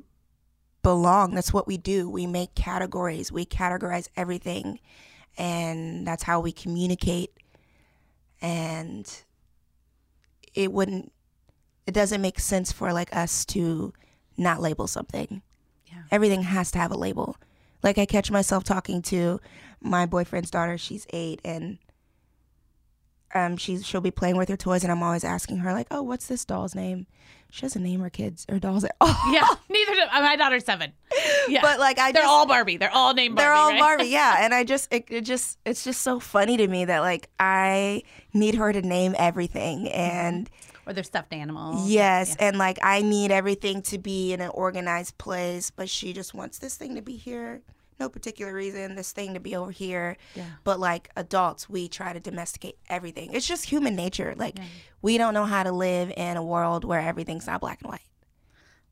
S2: belong. That's what we do. We make categories. We categorize everything, and that's how we communicate. And it wouldn't. It doesn't make sense for like us to not label something.
S1: Yeah.
S2: Everything has to have a label. Like I catch myself talking to my boyfriend's daughter. She's eight, and um, she's she'll be playing with her toys, and I'm always asking her like, "Oh, what's this doll's name?" She doesn't name her kids or dolls at all.
S1: yeah, neither do my daughter's seven. Yeah,
S2: But like I
S1: they're
S2: just,
S1: all Barbie. They're all named Barbie.
S2: they're all
S1: right?
S2: Barbie, yeah. And I just it, it just it's just so funny to me that like I need her to name everything
S1: Mm-hmm.
S2: and
S1: or they're stuffed animals.
S2: yes, and like I need everything to be in an organized place, but she just wants this thing to be here. No particular reason, this thing to be over here.
S1: Yeah.
S2: But like adults, we try to domesticate everything. It's just human nature. Like we don't know how to live in a world where everything's not black and white.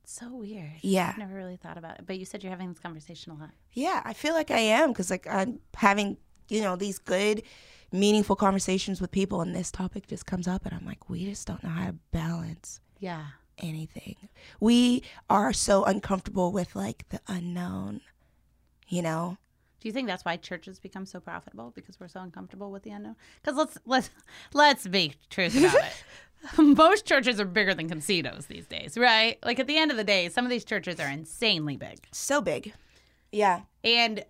S1: so weird.
S2: Yeah.
S1: I've never really thought about it. But you said you're having this conversation a lot.
S2: Yeah, I feel like I am because like I'm having you know these good, meaningful conversations with people, and this topic just comes up, and I'm like, we just don't know how to balance
S1: Yeah,
S2: anything. We are so uncomfortable with like the unknown you know?
S1: Do you think that's why churches become so profitable because we're so uncomfortable with the unknown? Because let's let's let's be truth about it. Most churches are bigger than Concedos these days, right? Like at the end of the day, some of these churches are insanely big,
S2: So big. Yeah.
S1: and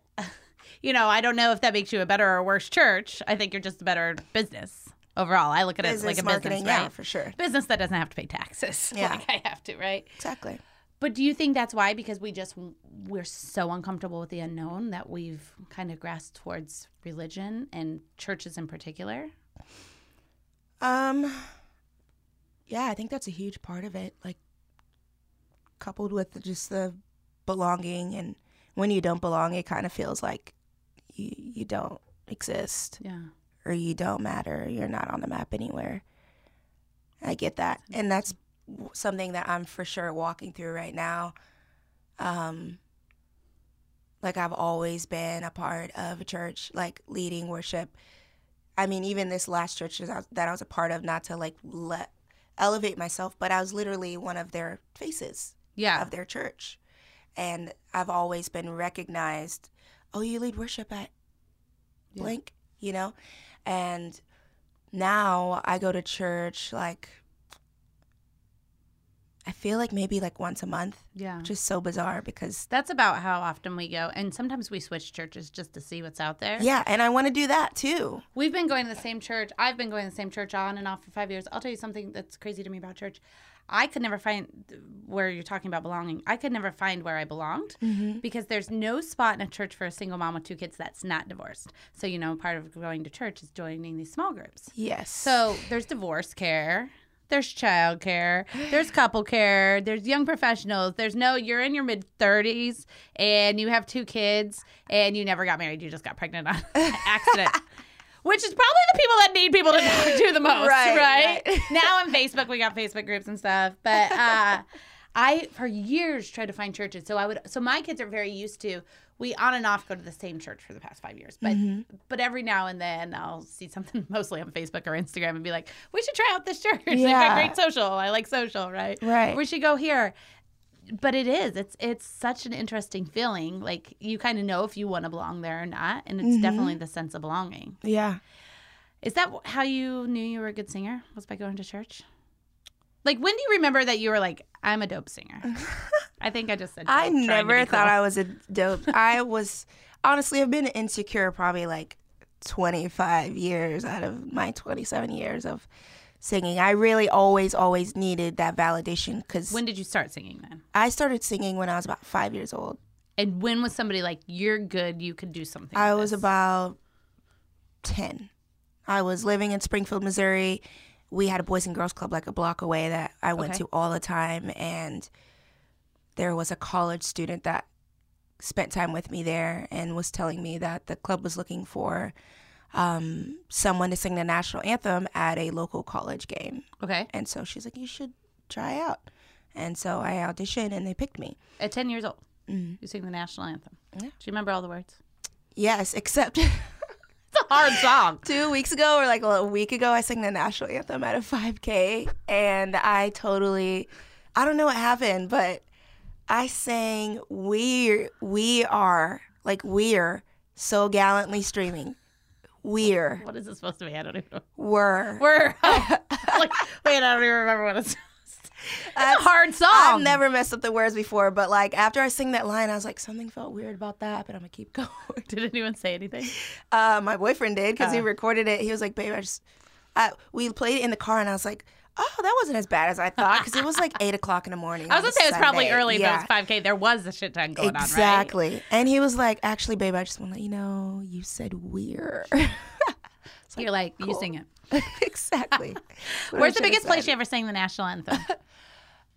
S1: you know I don't know if that makes you a better or worse church. I think you're just a better business overall. I look at
S2: Business
S1: it like a
S2: marketing,
S1: business, right?
S2: yeah, for sure.
S1: Business that doesn't have to pay taxes,
S2: Yeah.
S1: like I have to, right?
S2: Exactly.
S1: But do you think that's why? Because we just we're so uncomfortable with the unknown that we've kind of grasped towards religion and churches in particular.
S2: Um yeah, I think that's a huge part of it. Like coupled with just the belonging and when you don't belong, it kind of feels like you you don't exist
S1: Yeah,
S2: or you don't matter, you're not on the map anywhere. I get that. And that's w- something that I'm for sure walking through right now. Um like I've always been a part of a church, like leading worship. I mean, even this last church that I was, that I was a part of, not to like let elevate myself, but I was literally one of their faces
S1: yeah,
S2: of their church. And I've always been recognized, oh, you lead worship at
S1: Yeah.
S2: blank, you know? And now I go to church like, I feel like maybe like once a month,
S1: yeah.
S2: which is so bizarre because,
S1: That's about how often we go, and sometimes we switch churches just to see what's out there.
S2: yeah, and I want to do that too.
S1: We've been going to the same church. I've been going to the same church on and off for five years. I'll tell you something that's crazy to me about church. I could never find where you're talking about belonging. I could never find where I belonged because there's no spot in a church for a single mom with two kids that's not divorced. So, you know, part of going to church is joining these small groups.
S2: Yes.
S1: So there's divorce care. There's child care. There's couple care. There's young professionals. There's no, you're in your mid 30s and you have two kids and you never got married. You just got pregnant on accident. Which is probably the people that need people to talk to the most, right?
S2: Right,
S1: now on Facebook, we got Facebook groups and stuff. But uh, I, for years, tried to find churches. So I would, so my kids are very used to. We on and off go to the same church for the past five years, but
S2: Mm-hmm.
S1: but every now and then I'll see something mostly on Facebook or Instagram and be like, we should try out this church. They've got
S2: Yeah.
S1: great social. I like social, right?
S2: Right.
S1: We should go here. But it is. It's it's such an interesting feeling. Like you kind of know if you want to belong there or not, and
S2: Mm-hmm.
S1: it's definitely the sense of belonging.
S2: yeah.
S1: Is that wh- how you knew you were a good singer? Was by going to church? Like when do you remember that you were like, I'm a dope singer? I think I just said.
S2: I
S1: dope, trying to
S2: never
S1: be
S2: thought
S1: cool.
S2: I was a dope. I was honestly, I've been insecure probably like 25 years out of my 27 years of singing. I really always, always needed that validation because
S1: When did you start singing then?
S2: I started singing when I was about five years old.
S1: And when was somebody like, you're good, you could do something?
S2: I
S1: with
S2: was
S1: this?
S2: about 10. I was living in Springfield, Missouri. We had a Boys and Girls Club like a block away that I went
S1: Okay.
S2: to all the time. And there was a college student that spent time with me there and was telling me that the club was looking for um, someone to sing the national anthem at a local college game.
S1: okay
S2: And so she's like, You should try out. And so I auditioned and they picked me.
S1: at ten years old.
S2: Mm.
S1: You sing the national anthem. Do you remember all the words?
S2: Yes, except.
S1: It's a hard song.
S2: two weeks ago or like a week ago i sang the national anthem at a 5k and i totally i don't know what happened but i sang we're we are like we're so gallantly streaming we're
S1: What is it supposed to be? I don't even know.
S2: were
S1: We're like, wait, I don't even remember what it's. That's a hard song.
S2: I've never messed up the words before, but like after I sang that line, I was like, something felt weird about that, but I'm gonna keep going.
S1: Did anyone say anything?
S2: Uh, my boyfriend did because he
S1: Uh.
S2: recorded it. He was like, "Babe, I just I, we played it in the car," and I was like, "Oh, that wasn't as bad as I thought," because it was like eight o'clock in the morning.
S1: I was gonna say it was probably early.
S2: Yeah,
S1: But it was 5K. There was a shit ton going on, right?
S2: exactly. And he was like, "Actually, babe, I just want to let you know you said we're
S1: You're like, you sing it.
S2: exactly." What I
S1: Where's the
S2: should have
S1: biggest place
S2: said.
S1: you ever sang the national anthem?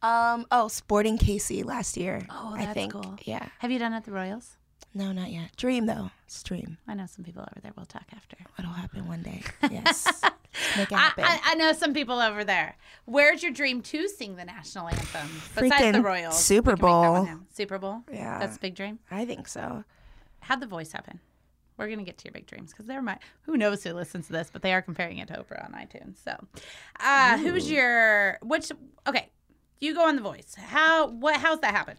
S2: Um. Oh, Sporting Casey last year.
S1: Oh,
S2: I
S1: that's
S2: think.
S1: cool.
S2: Yeah.
S1: Have you done it at the Royals?
S2: No, not yet. Dream though. It's dream.
S1: I know some people over there. We'll talk after.
S2: It'll happen one day. Yes. Make it
S1: I,
S2: happen.
S1: I, I know some people over there. Where's your dream to sing the national anthem besides the
S2: Freaking
S1: Royals?
S2: Super
S1: We can make that one
S2: Bowl.
S1: now. Super Bowl.
S2: Yeah.
S1: that's a big dream.
S2: I think so.
S1: How'd the voice happen? We're gonna get to your big dreams because they're my. Who knows who listens to this, but they are comparing it to Oprah on iTunes. So, uh, who's your which? Okay, you go on the voice. How what? How's that happen?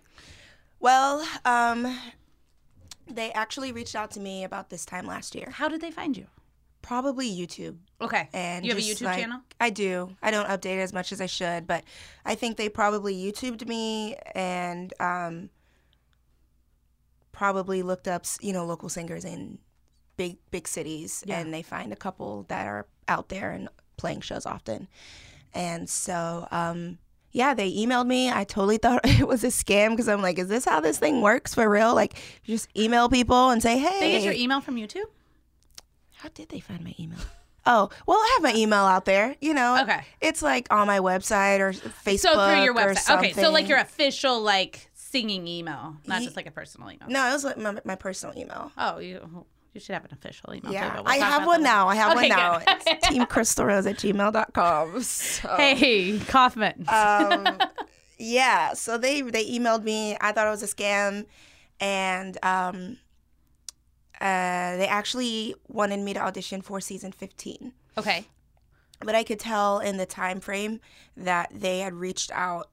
S2: Well, um, They actually reached out to me about this time last year.
S1: How did they find you?
S2: Probably YouTube.
S1: Okay.
S2: And
S1: you have a
S2: just,
S1: YouTube
S2: like-
S1: channel?
S2: I do. I don't update as much as I should, but I think they probably YouTubed me and um, probably looked up, s- you know, local singers in big big cities,
S1: Yeah.
S2: and they find a couple that are out there and playing shows often. And so, um, yeah, they emailed me. I totally thought it was a scam because I'm like, is this how this thing works for real? Like, you just email people and say, hey,
S1: They get your email from YouTube?
S2: how did they find my email? Oh, well, I have my email out there. You know,
S1: Okay.
S2: it's like on my website or Facebook.
S1: So through your
S2: or
S1: website. Okay. So like
S2: something.
S1: your official like singing email, not
S2: Ye-
S1: just like a personal email.
S2: No, it was like my, my personal email.
S1: Oh, you you should have an official email.
S2: Yeah,
S1: too, but we'll
S2: I
S1: talk
S2: have
S1: about
S2: one
S1: that
S2: now. I have
S1: Okay,
S2: one now.
S1: good.
S2: It's teamcrystalrose at gmail.com. So,
S1: later. Hey, Kaufman.
S2: um, yeah, so they, they emailed me. I thought it was a scam. And um, uh, they actually wanted me to audition for season 15.
S1: okay.
S2: but I could tell in the time frame that they had reached out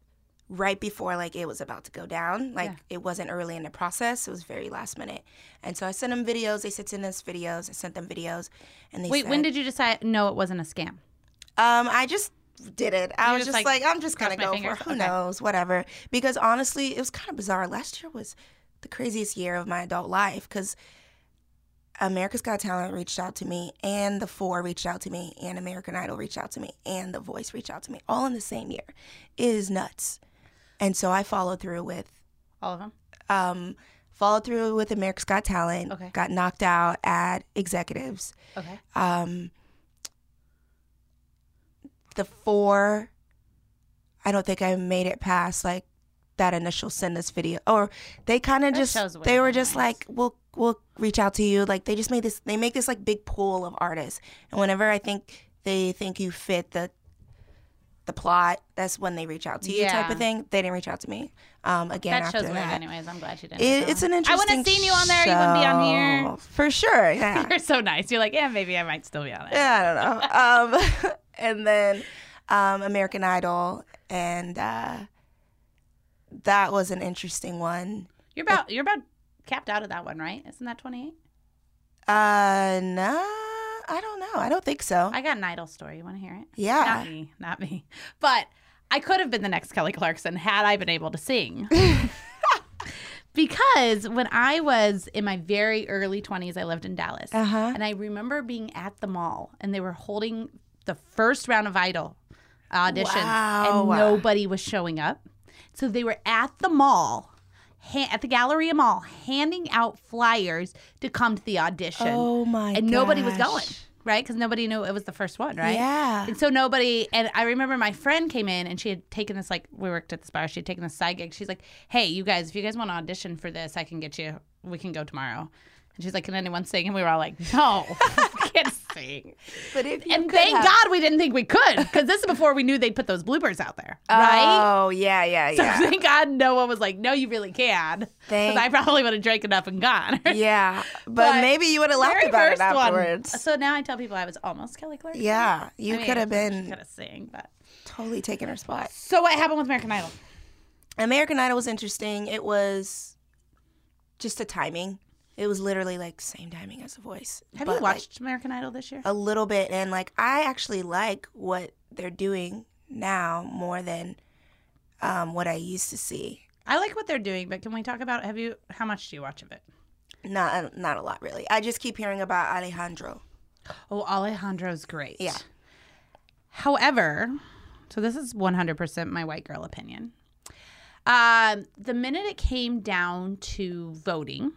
S2: right before like it was about to go down. Like
S1: Yeah.
S2: it wasn't early in the process; it was very last minute. And so I sent them videos. They said send us videos. I sent them videos, and they
S1: Wait,
S2: said,
S1: when did you decide? No, it wasn't a scam.
S2: um I just did it. I
S1: You're
S2: was
S1: just
S2: just,
S1: like,
S2: like, I'm just gonna
S1: cross my
S2: go for
S1: fingers.
S2: it. who
S1: Okay.
S2: knows whatever. Because honestly, it was kind of bizarre. Last year was the craziest year of my adult life because. America's Got Talent reached out to me, and The Four reached out to me, and American Idol reached out to me, and The Voice reached out to me, all in the same year. It is nuts. And so I followed through with
S1: All of them.
S2: um, followed through with America's Got Talent.
S1: Okay.
S2: Got knocked out at Executives.
S1: Okay.
S2: Um, the four, I don't think I made it past like that initial send us video. Or they kind of just
S1: shows way
S2: they were
S1: they're
S2: just
S1: nice.
S2: like we'll we'll reach out to you. Like they just made this they make this like big pool of artists, and whenever I think they think you fit the the plot, that's when they reach out to you type
S1: Yeah.
S2: of thing. They didn't reach out to me. Um, again
S1: that
S2: after
S1: show's weird.
S2: that.
S1: Anyways, I'm glad you didn't.
S2: It, it's an
S1: I
S2: interesting.
S1: wouldn't have seen you on there. You wouldn't be on
S2: show.
S1: here.
S2: for sure. Yeah,
S1: You're so nice. You're like, yeah, maybe I might still be on it.
S2: yeah, I don't know. Um, and then um, American Idol, and uh, that was an interesting one.
S1: You're about you're about capped out of that one, right? Isn't that 28?
S2: Uh, nah, I don't know. I don't think so.
S1: I got an idol story. You want to hear it?
S2: yeah.
S1: Not me, not me. But I could have been the next Kelly Clarkson had I been able to sing. because when I was in my very early 20s, I lived in Dallas.
S2: Uh huh.
S1: And I remember being at the mall and they were holding the first round of Idol auditions and
S2: Wow.
S1: nobody was showing up. So they were at the mall, ha- at the Galleria Mall, handing out flyers to come to the audition.
S2: Oh my.
S1: and nobody was
S2: gosh.
S1: going, right? Because nobody knew it was the first one, right?
S2: Yeah.
S1: And so nobody, and I remember my friend came in and she had taken this, like, we worked at this bar. She had taken this side gig. She's like, hey, you guys, if you guys want to audition for this, I can get you, we can go tomorrow. And she's like, can anyone sing? And we were all like, no, we can't sing.
S2: But if you
S1: And
S2: could
S1: thank
S2: have-
S1: God we didn't think we could because this is before we knew they'd put those bloopers out there, right?
S2: Oh yeah, yeah,
S1: So
S2: yeah.
S1: thank God no one was like, no, you really can. Because
S2: Thank-
S1: I probably would have drank it up and gone.
S2: yeah. But,
S1: But
S2: maybe you would have laughed
S1: Very
S2: about it
S1: first one.
S2: afterwards.
S1: So now I tell people I was almost Kelly Clarkson.
S2: Yeah, you could have been
S1: kind of sing, but.
S2: totally taking her spot.
S1: So what happened with American Idol?
S2: American Idol was interesting. It was just the timing. It was literally like same timing as The Voice.
S1: Have
S2: But,
S1: you
S2: like,
S1: watched American Idol this year?
S2: a little bit? And like I actually like what they're doing now more than um, what I used to see.
S1: I like what they're doing, but can we talk about have you how much do you watch of it?
S2: Not uh, not a lot really. I just keep hearing about Alejandro.
S1: Oh, Alejandro's great.
S2: Yeah.
S1: However, so this is 100% my white girl opinion. Um, the minute it came down to voting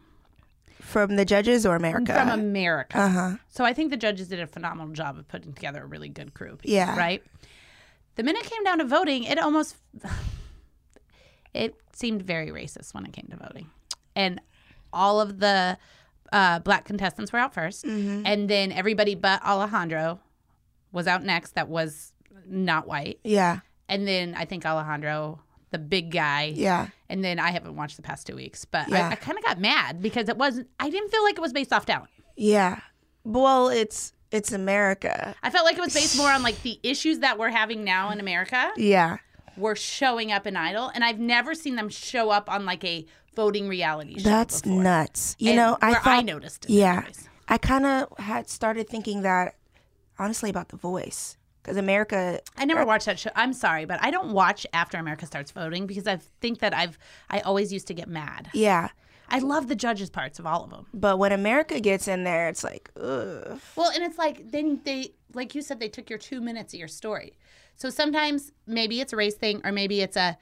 S2: From the judges or America?
S1: from America,
S2: uh huh.
S1: so I think the judges did a phenomenal job of putting together a really good crew. Of people,
S2: Yeah.
S1: Right. The minute it came down to voting, it almost it seemed very racist when it came to voting, and all of the uh, black contestants were out 1st
S2: Mm-hmm.
S1: and then everybody but Alejandro was out next. That was not white,
S2: Yeah.
S1: and then I think Alejandro, the big guy,
S2: Yeah.
S1: and then I haven't watched the past two weeks, but
S2: Yeah.
S1: I, I kind of got mad because it wasn't. I didn't feel like it was based off talent.
S2: Yeah. Well, it's it's America.
S1: I felt like it was based more on like the issues that we're having now in America
S2: Yeah.
S1: were showing up in Idol, and I've never seen them show up on like a voting reality show.
S2: That's
S1: before.
S2: nuts. You
S1: And
S2: know, I
S1: where
S2: thought
S1: I noticed it.
S2: Yeah.
S1: anyways.
S2: I kind of had started thinking that honestly about The Voice because America,
S1: I never watched that show. I'm sorry, but I don't watch after America starts voting because I think that I've I always used to get mad.
S2: yeah.
S1: I love the judges' parts of all of them.
S2: But when America gets in there, it's like, ugh.
S1: Well, and it's like then they like you said they took your 2 minutes of your story. So sometimes maybe it's a race thing or maybe it's a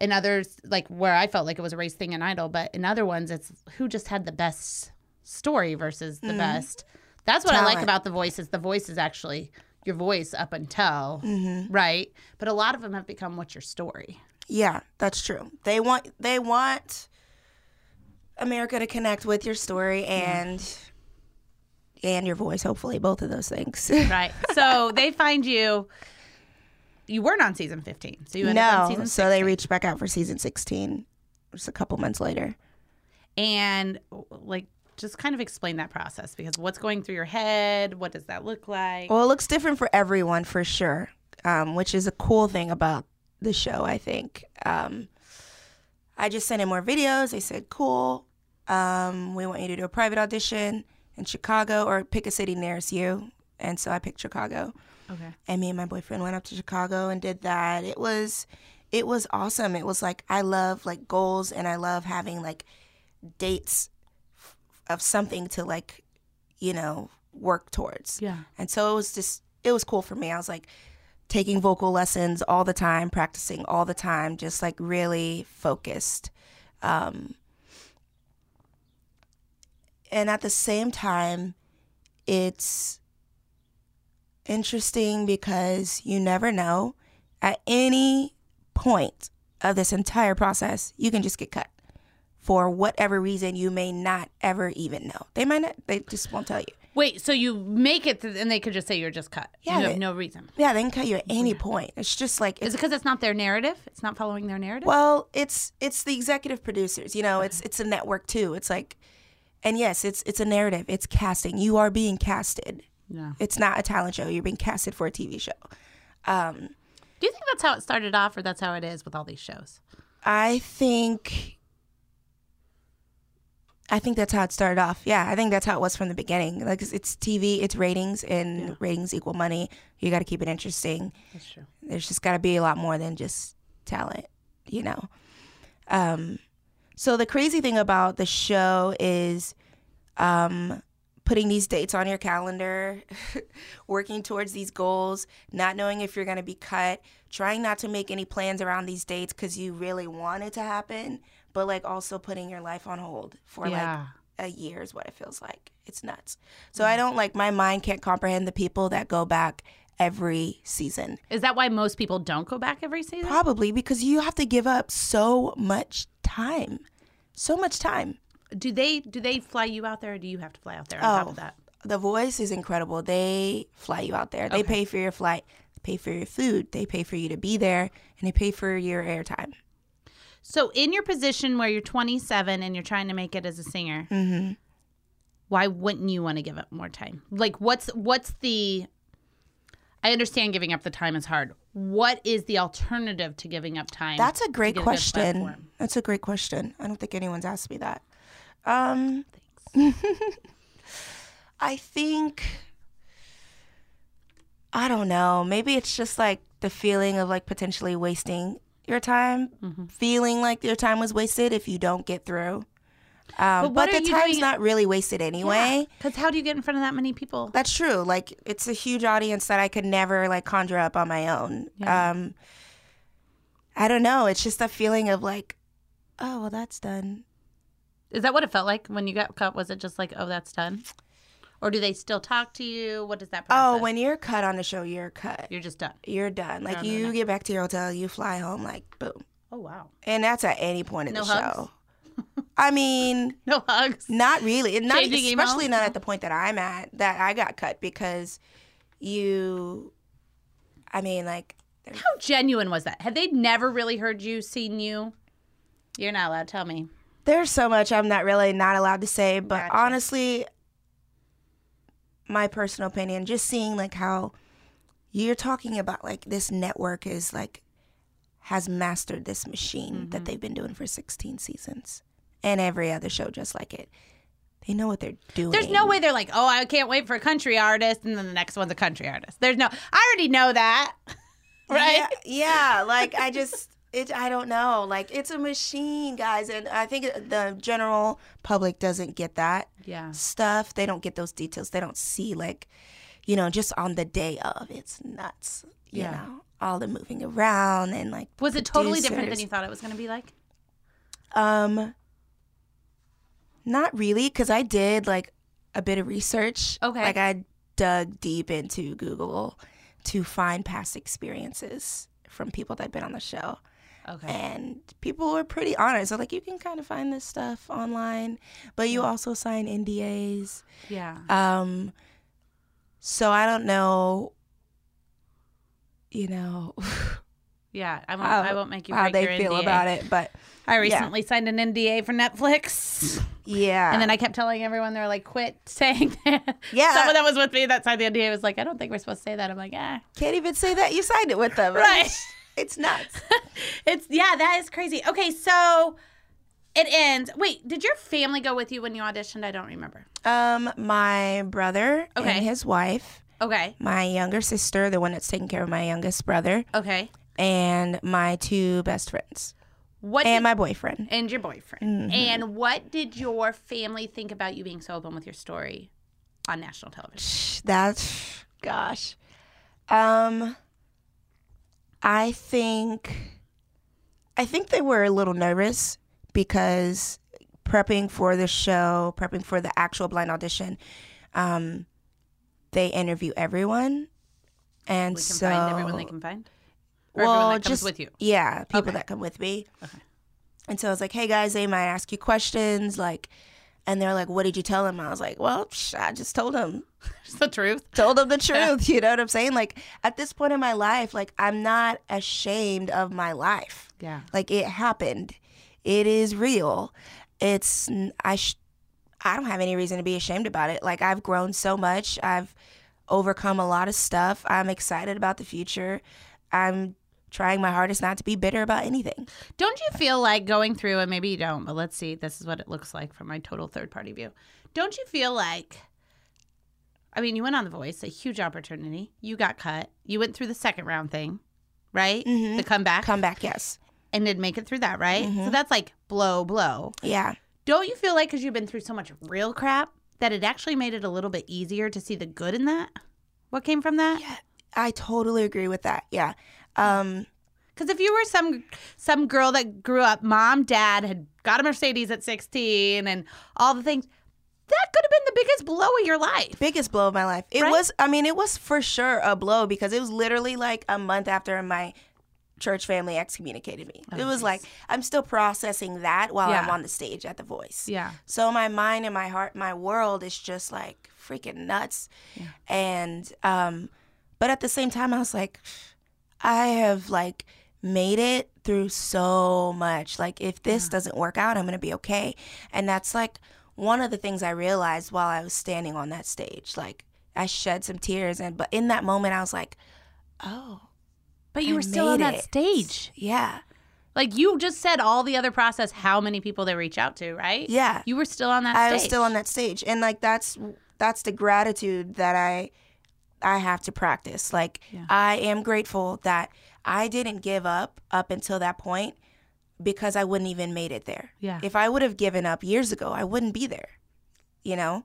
S1: in others like where I felt like it was a race thing in Idol, but in other ones it's who just had the best story versus the best. That's what I like
S2: Mm-hmm. Talent.
S1: about the voice is the voice is actually your voice up until
S2: Mm-hmm.
S1: right, but a lot of them have become what's your story.
S2: Yeah, that's true. They want they want America to connect with your story and and your voice, hopefully, both of those things.
S1: Right. So they find you. You weren't on season 15. So you ended up on
S2: no,
S1: season
S2: so they reached back out for season 16 just a couple months later.
S1: And like, just kind of explain that process because what's going through your head? What does that look like?
S2: Well, it looks different for everyone for sure, um, which is a cool thing about the show, I think. Um, I just sent in more videos. They said, cool. Um, we want you to do a private audition in Chicago or pick a city nearest you. And so I picked Chicago.
S1: Okay.
S2: and me and my boyfriend went up to Chicago and did that. It was it was awesome. It was like I love like goals and I love having like dates f- of something to like you know work towards.
S1: Yeah.
S2: And so it was just it was cool for me. I was like taking vocal lessons all the time, practicing all the time, just like really focused. Um and at the same time it's interesting because you never know at any point of this entire process you can just get cut for whatever reason you may not ever even know they might not they just won't tell you
S1: Wait, so you make it th- and they could just say you're just cut.
S2: Yeah,
S1: You have
S2: they-
S1: no reason.
S2: yeah they can cut you at any point it's just like
S1: Is it because it's not their narrative? It's not following their narrative?
S2: Well, it's it's the executive producers. You know, it's it's a network too. It's like, and yes, it's it's a narrative. It's casting. You are being casted.
S1: Yeah.
S2: It's not a talent show. You're being casted for a TV show. Um,
S1: Do you think that's how it started off or that's how it is with all these shows?
S2: I think. I think that's how it started off. Yeah, I think that's how it was from the beginning. Like it's- it's TV, it's ratings, and ratings equal money. You got to keep it interesting.
S1: That's true.
S2: there's just got to be a lot more than just talent, you know. Um, so the crazy thing about the show is um, putting these dates on your calendar, working towards these goals, not knowing if you're going to be cut, trying not to make any plans around these dates because you really want it to happen, but like also putting your life on hold for like
S1: yeah.
S2: a year is what it feels like. It's nuts. So I don't like my mind can't comprehend the people that go back every season.
S1: Is that why most people don't go back every season?
S2: Probably because you have to give up so much time. So much time.
S1: do they do they fly you out there or do you have to fly out there on top of that?
S2: The voice is incredible. They fly you out there. They pay for your flight, pay for your food, they pay for you to be there, and they pay for your airtime.
S1: So, in your position where you're 27 and you're trying to make it as a singer,
S2: Mm-hmm.
S1: why wouldn't you want to give up more time? Like, what's what's the? I understand giving up the time is hard. What is the alternative to giving up time?
S2: That's a great
S1: get a good
S2: question.
S1: platform.
S2: That's a great question. I don't think anyone's asked me that. Um, I think I don't know. Maybe it's just like the feeling of like potentially wasting your time,
S1: Mm-hmm.
S2: feeling like your time was wasted if you don't get through. Um,
S1: But what
S2: but,
S1: are
S2: the
S1: you
S2: time's
S1: doing-
S2: not really wasted anyway.
S1: because how do you get in front of that many people?
S2: That's true. Like it's a huge audience that I could never like conjure up on my own. Um I don't know. It's just a feeling of like, oh well that's done.
S1: Is that what it felt like when you got cut? Was it just like, oh, that's done, or do they still talk to you? What does that? Process?
S2: Oh, when you're cut on a show, you're cut.
S1: you're just done.
S2: You're done. Like
S1: no,
S2: you
S1: no.
S2: get back to your hotel, you fly home, like boom.
S1: Oh wow,
S2: And that's at any point in
S1: No
S2: the
S1: hugs?
S2: show. I mean,
S1: no hugs.
S2: Not really. And Not
S1: Changing emails?
S2: especially not at the point that I'm at that I got cut because you I mean like
S1: How genuine was that? Had they never really heard you, seen you? You're not allowed. Tell me.
S2: there's so much I'm not really not allowed to say, but
S1: Gotcha.
S2: honestly my personal opinion just seeing like how you're talking about like this network is like has mastered this machine
S1: Mm-hmm.
S2: that they've been doing for 16 seasons and every other show just like it. They know what they're doing.
S1: There's no way they're like, oh, I can't wait for a country artist, and then the next one's a country artist. There's no, I already know that, right?
S2: Yeah, yeah, like I just it I don't know. Like it's a machine, guys, and I think the general public doesn't get that
S1: Yeah.
S2: stuff. They don't get those details. They don't see like you know, just on the day of. It's nuts, you
S1: Yeah.
S2: know. All the moving around and like
S1: Was it totally different than
S2: producers.
S1: you thought it was going to be like?
S2: Um, not really, because I did like a bit of research.
S1: Okay.
S2: Like I dug deep into Google to find past experiences from people that'd been on the show,
S1: Okay.
S2: and people were pretty honest. So like, you can kind of find this stuff online, but you also sign NDAs.
S1: Yeah.
S2: Um, so I don't know. You know
S1: Yeah. I won't,
S2: how,
S1: I won't make you
S2: how
S1: break
S2: they
S1: your
S2: feel
S1: NDA.
S2: about it, but
S1: I recently signed an NDA for Netflix.
S2: yeah.
S1: And then I kept telling everyone, they're like, quit saying that.
S2: Yeah.
S1: Someone that was with me that signed the NDA was like, I don't think we're supposed to say that. I'm like, yeah.
S2: can't even say that you signed it with them.
S1: Right.
S2: It's nuts.
S1: It's, yeah, that is crazy. Okay. So it ends. Wait, did your family go with you when you auditioned? I don't remember.
S2: Um, my brother
S1: Okay.
S2: and his wife,
S1: Okay.
S2: my younger sister, the one that's taking care of my youngest brother,
S1: Okay.
S2: and my two best friends,
S1: What
S2: and Mm-hmm.
S1: did-
S2: my boyfriend.
S1: and your boyfriend. And what did your family think about you being so open with your story on national television?
S2: That's gosh. Um, I think, I think they were a little nervous because prepping for the show, prepping for the actual blind audition, um, they interview everyone, and
S1: We can
S2: so
S1: find everyone they can find. Or everyone that comes with you.
S2: Yeah, people
S1: Okay.
S2: that come with me. And so I was like, hey guys, they might ask you questions, like, and they're like, what did you tell them? I was like, well, psh, I just told them,
S1: It's the truth.
S2: told them the truth. you know what I'm saying? Like, at this point in my life, like, I'm not ashamed of my life.
S1: Yeah.
S2: Like, it happened. It is real. It's n- I sh- I don't have any reason to be ashamed about it. Like, I've grown so much. I've overcome a lot of stuff. I'm excited about the future. I'm trying my hardest not to be bitter about anything.
S1: Don't you feel like going through, and maybe you don't, but let's see, this is what it looks like from my total third party view. Don't you feel like, I mean, you went on The Voice, a huge opportunity. You got cut. You went through the second round thing, right?
S2: Mhm.
S1: The comeback,
S2: Come back, yes.
S1: and did make it through that, right? So
S2: Mhm.
S1: that's like blow, blow.
S2: Yeah.
S1: Don't you feel like because you've been through so much real crap that it actually made it a little bit easier to see the good in that? What came from that?
S2: I totally agree with that. Yeah. Um,
S1: Because if you were some some girl that grew up, mom, dad had got a Mercedes at sixteen, and all the things, that could have been the biggest blow of your life.
S2: biggest blow of my life. It
S1: Right?
S2: was, I mean, it was for sure a blow because it was literally like a month after my church family excommunicated me. it was like, I'm still processing that while I'm
S1: Yeah.
S2: on the stage at The Voice.
S1: Yeah,
S2: So my mind and my heart, my world is just like freaking nuts. And, um, but at the same time, I was like, I have like made it through so much. Like, if this doesn't work out, I'm going to be okay. And that's like one of the things I realized while I was standing on that stage. Like, I shed some tears. And, but in that moment, I was like, oh,
S1: but you
S2: I
S1: were still on
S2: made
S1: that
S2: it.
S1: stage.
S2: yeah.
S1: Like you just said, all the other process, how many people they reach out to, right?
S2: Yeah.
S1: you were still on that.
S2: I
S1: stage.
S2: was still on that stage, and like that's that's the gratitude that I I have to practice. Like
S1: Yeah.
S2: I am grateful that I didn't give up up until that point because I wouldn't even made it there.
S1: Yeah.
S2: If I would have given up years ago, I wouldn't be there. You know.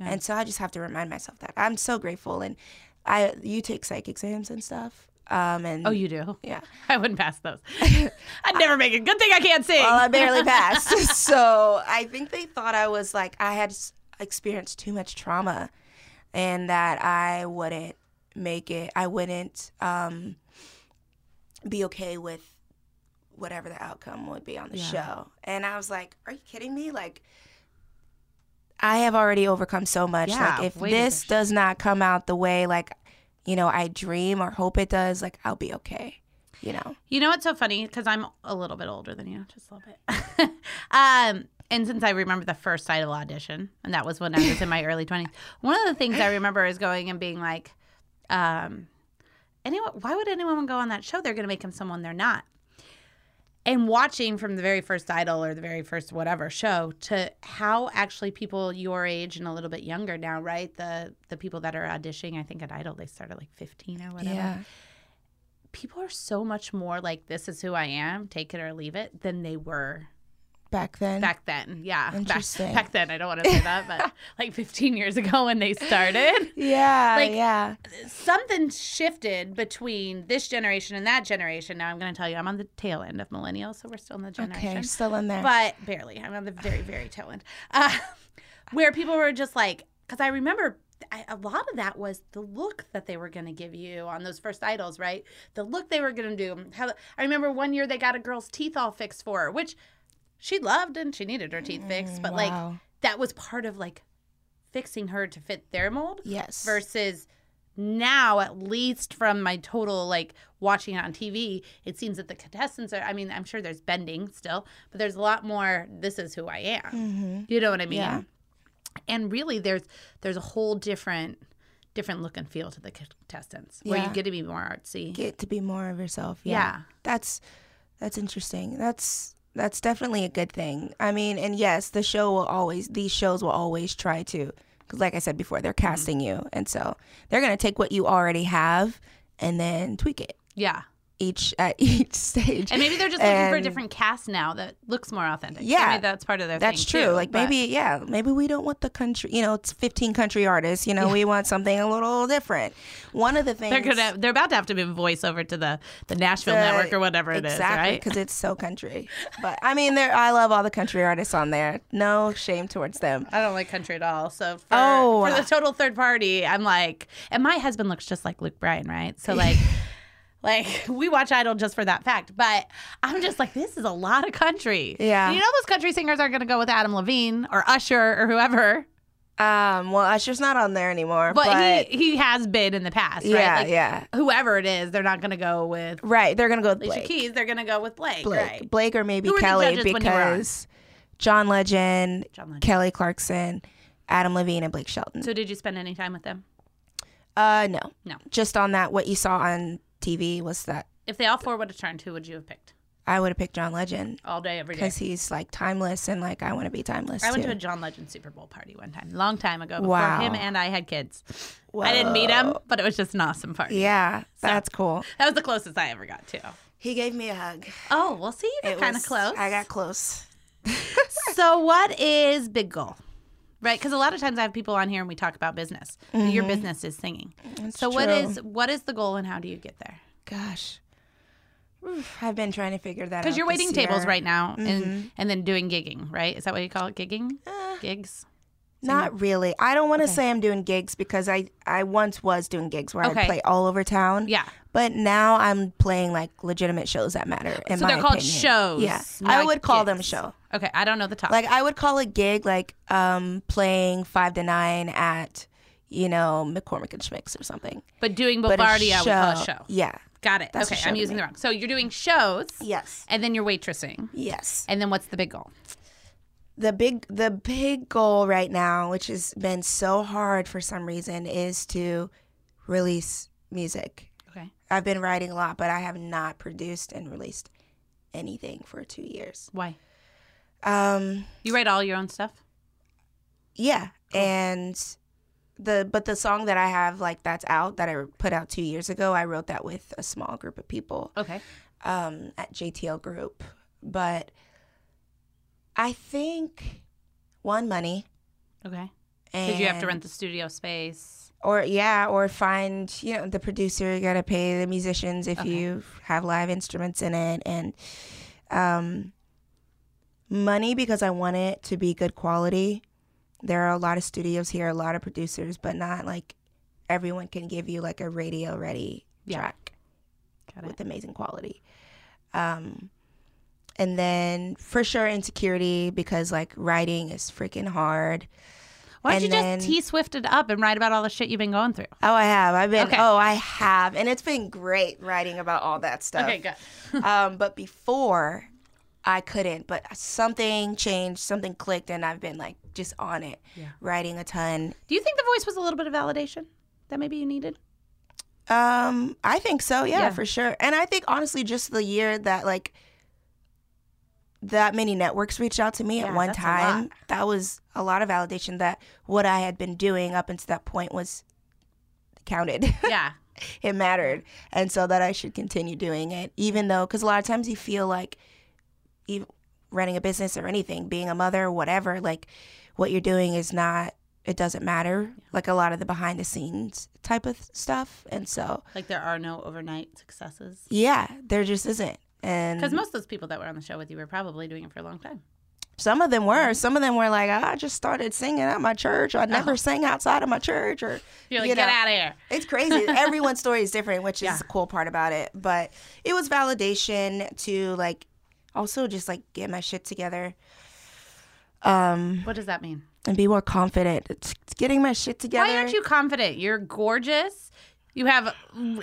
S1: Yeah.
S2: And so I just have to remind myself that I'm so grateful, and I you take psych exams and stuff. Um and
S1: Oh, you do.
S2: yeah.
S1: I wouldn't pass those. I'd never make it. Good thing I can't sing.
S2: Well, I barely passed. so I think they thought I was like, I had s- experienced too much trauma and that I wouldn't make it, I wouldn't um, be okay with whatever the outcome would be on the
S1: Yeah.
S2: show. And I was like, are you kidding me? Like, I have already overcome so much.
S1: Yeah,
S2: like, if
S1: way to
S2: this
S1: push.
S2: does not come out the way, like, you know, I dream or hope it does, like, I'll be okay, you know?
S1: You know what's so funny? Because I'm a little bit older than you, just a little bit. um, and since I remember the first title audition, and that was when I was in my early 20s, one of the things I remember is going and being like, um, anyone, why would anyone go on that show? They're going to make them someone they're not. and watching from the very first idol or the very first whatever show to how actually people your age and a little bit younger now, right? The the people that are auditioning, I think at Idol they start at like 15 or whatever.
S2: Yeah.
S1: People are so much more like this is who I am, take it or leave it than they were
S2: Back then.
S1: back then. Yeah. Back-
S2: Interesting.
S1: Back, then, I don't want to say that, but like 15 years ago when they started,
S2: yeah.
S1: Like-
S2: yeah.
S1: something shifted between this generation and that generation. Now I'm going to tell you I'm on the tail end of millennials, so we're still in the generation
S2: Okay. you're still in there.
S1: but barely. I'm on the very, very tail end. Uh, where people were just like, because I remember I, a lot of that was the look that they were going to give you on those first idols, right? The look they were going to do. How I remember one year they got a girl's teeth all fixed for her, which she loved and she needed her teeth fixed, Mm, but like
S2: Mm, Wow.
S1: that was part of like fixing her to fit their mold
S2: yes.
S1: versus now at least from my total like watching it on TV it seems that the contestants are I mean I'm sure there's bending still but there's a lot more this is who I am
S2: hmm
S1: you know what I mean
S2: Yeah.
S1: and really there's there's a whole different different look and feel to the contestants where you
S2: Yeah.
S1: get to be more artsy
S2: Get to be more of yourself.
S1: yeah
S2: That's that's interesting. That's that's definitely a good thing. I mean, and yes, the show will always these shows will always try to cuz like I said before,
S1: Mm-hmm.
S2: they're casting you. And so they're going to take what you already have and then tweak it
S1: yeah
S2: each at each stage.
S1: and maybe they're just looking for a
S2: And-
S1: different cast now that looks more authentic So
S2: Yeah.
S1: maybe that's part of their
S2: That's
S1: thing,
S2: true.
S1: too,
S2: like
S1: but-
S2: maybe, yeah, maybe we don't want the country. You know, it's fifteen country artists. You know, we want something a little different. One of the things
S1: they're gonna they're about to have to be voice over to the the Nashville
S2: Uh,
S1: network or whatever it is
S2: exactly
S1: right
S2: because it's so country. But I mean, there I love all the country artists on there. No shame towards them.
S1: I don't like country at all. So for,
S2: Oh.
S1: for the total third party, I'm like, and my husband looks just like Luke Bryan, right? So like, like we watch Idol just for that fact. But I'm just like, this is a lot of country.
S2: Yeah.
S1: And you know those country singers aren't going to go with Adam Levine or Usher or whoever,
S2: Um, well, Usher's not on there anymore.
S1: but,
S2: But,
S1: he he has been in the past,
S2: yeah,
S1: right? Like,
S2: yeah,
S1: Whoever it is, they're not going to go with
S2: right. They're gonna go with
S1: Alicia
S2: Blake,
S1: Keys. They're going to go with Blake,
S2: Blake,
S1: right?
S2: Blake, or maybe
S1: Who were the
S2: Kelly
S1: judges when you were on?
S2: because John Legend,
S1: John Legend.
S2: Kelly Clarkson, Adam Levine, and Blake Shelton.
S1: So did you spend any time with them?
S2: Uh, no,
S1: No.
S2: Just on that, what you saw on TV was that
S1: If they all four would have turned, who would you have picked?
S2: I would have picked John Legend
S1: All day, every day.
S2: because he's like timeless and like I want to be timeless
S1: I
S2: too.
S1: went to a John Legend Super Bowl party one time, long time ago, before
S2: Wow.
S1: him and I had kids. I didn't meet him, but it was just an awesome party.
S2: yeah, that's cool.
S1: That was the closest I ever got to.
S2: He gave me a hug.
S1: Oh, we'll see. You got kind of close.
S2: I got close.
S1: so, what is Big Goal? Right, because a lot of times I have people on here and we talk about business. Your business is singing. so, what
S2: Mm-hmm. true.
S1: is what is the goal and how do you get there?
S2: Gosh, Oof, I've been trying to figure that Mm-hmm. out.
S1: Because you're
S2: this
S1: waiting tables
S2: year.
S1: right now and and then doing gigging, right? Is that what you call it? Gigging,
S2: Uh,
S1: gigs. Mm-hmm.
S2: Not really. I don't want to say I'm doing gigs because I I once was doing gigs where
S1: Okay.
S2: I play all over town.
S1: Yeah.
S2: But now I'm playing like legitimate shows that matter. In
S1: So
S2: my
S1: they're called
S2: opinion.
S1: shows,
S2: Yeah, I
S1: not
S2: would call them
S1: gigs.
S2: show.
S1: Okay, I don't know the top.
S2: Like I would call a gig like um playing five to nine at you know McCormick and Schmick's or something.
S1: but doing
S2: But a
S1: Bombardia, we call it a show.
S2: Yeah.
S1: Got it.
S2: That's a
S1: okay,
S2: show
S1: I'm
S2: to
S1: using
S2: me.
S1: the wrong. So you're doing shows,
S2: Yes.
S1: and then you're waitressing,
S2: Yes.
S1: and then what's the big goal?
S2: the big the big goal right now, which has been so hard for some reason, is to release music.
S1: Okay.
S2: I've been writing a lot, but I have not produced and released anything for two years.
S1: Why?
S2: Um,
S1: You write all your own stuff.
S2: yeah, and the but the song that I have like that's out that I put out two years ago, I wrote that with a small group of people.
S1: Okay.
S2: um, at JTL Group, but I think one money.
S1: Okay.
S2: And,
S1: Because you have to rent the studio space.
S2: or yeah, or find you know the producer. You gotta pay the musicians if
S1: Okay.
S2: you have live instruments in it, and um, money because I want it to be good quality. There are a lot of studios here, a lot of producers, but not like everyone can give you like a radio ready
S1: Yeah.
S2: track
S1: Got it.
S2: with amazing quality. Um, and then for sure insecurity because like writing is freaking hard.
S1: Why don't
S2: and
S1: you
S2: then-
S1: just T Swift it up and write about all the shit you've been going through?
S2: Oh, I have. I've been.
S1: Okay.
S2: Oh, I have, and it's been great writing about all that stuff.
S1: Okay, good.
S2: um, but before I couldn't, but something changed, something clicked, and I've been like just on it,
S1: Yeah.
S2: writing a ton.
S1: Do you think the voice was a little bit of validation that maybe you needed?
S2: Um, I think so. Yeah,
S1: Yeah.
S2: for sure. And I think honestly, just the year that like that many networks reached out to me
S1: Yeah,
S2: at one
S1: that's a lot.
S2: time. That was a lot of validation that what I had been doing up until that point was counted.
S1: yeah.
S2: it mattered. And so that I should continue doing it, even though, because a lot of times you feel like ev running a business or anything, being a mother, whatever, like what you're doing is not, it doesn't matter. Like a lot of the behind the scenes type of stuff. And so,
S1: Like there are no overnight successes.
S2: yeah, there just isn't. And
S1: Because most of those people that were on the show with you were probably doing it for a long time.
S2: Some of them were. Some of them were like, I just started singing at my church. I never sang outside of my church. Or
S1: You're like,
S2: You
S1: get
S2: know.
S1: out of here.
S2: it's crazy. Everyone's story is different, which is
S1: Yeah.
S2: the cool part about it. But it was validation to like also just like get my shit together. Um,
S1: What does that mean?
S2: and be more confident. It's, it's getting my shit together.
S1: Why aren't you confident? You're gorgeous. You have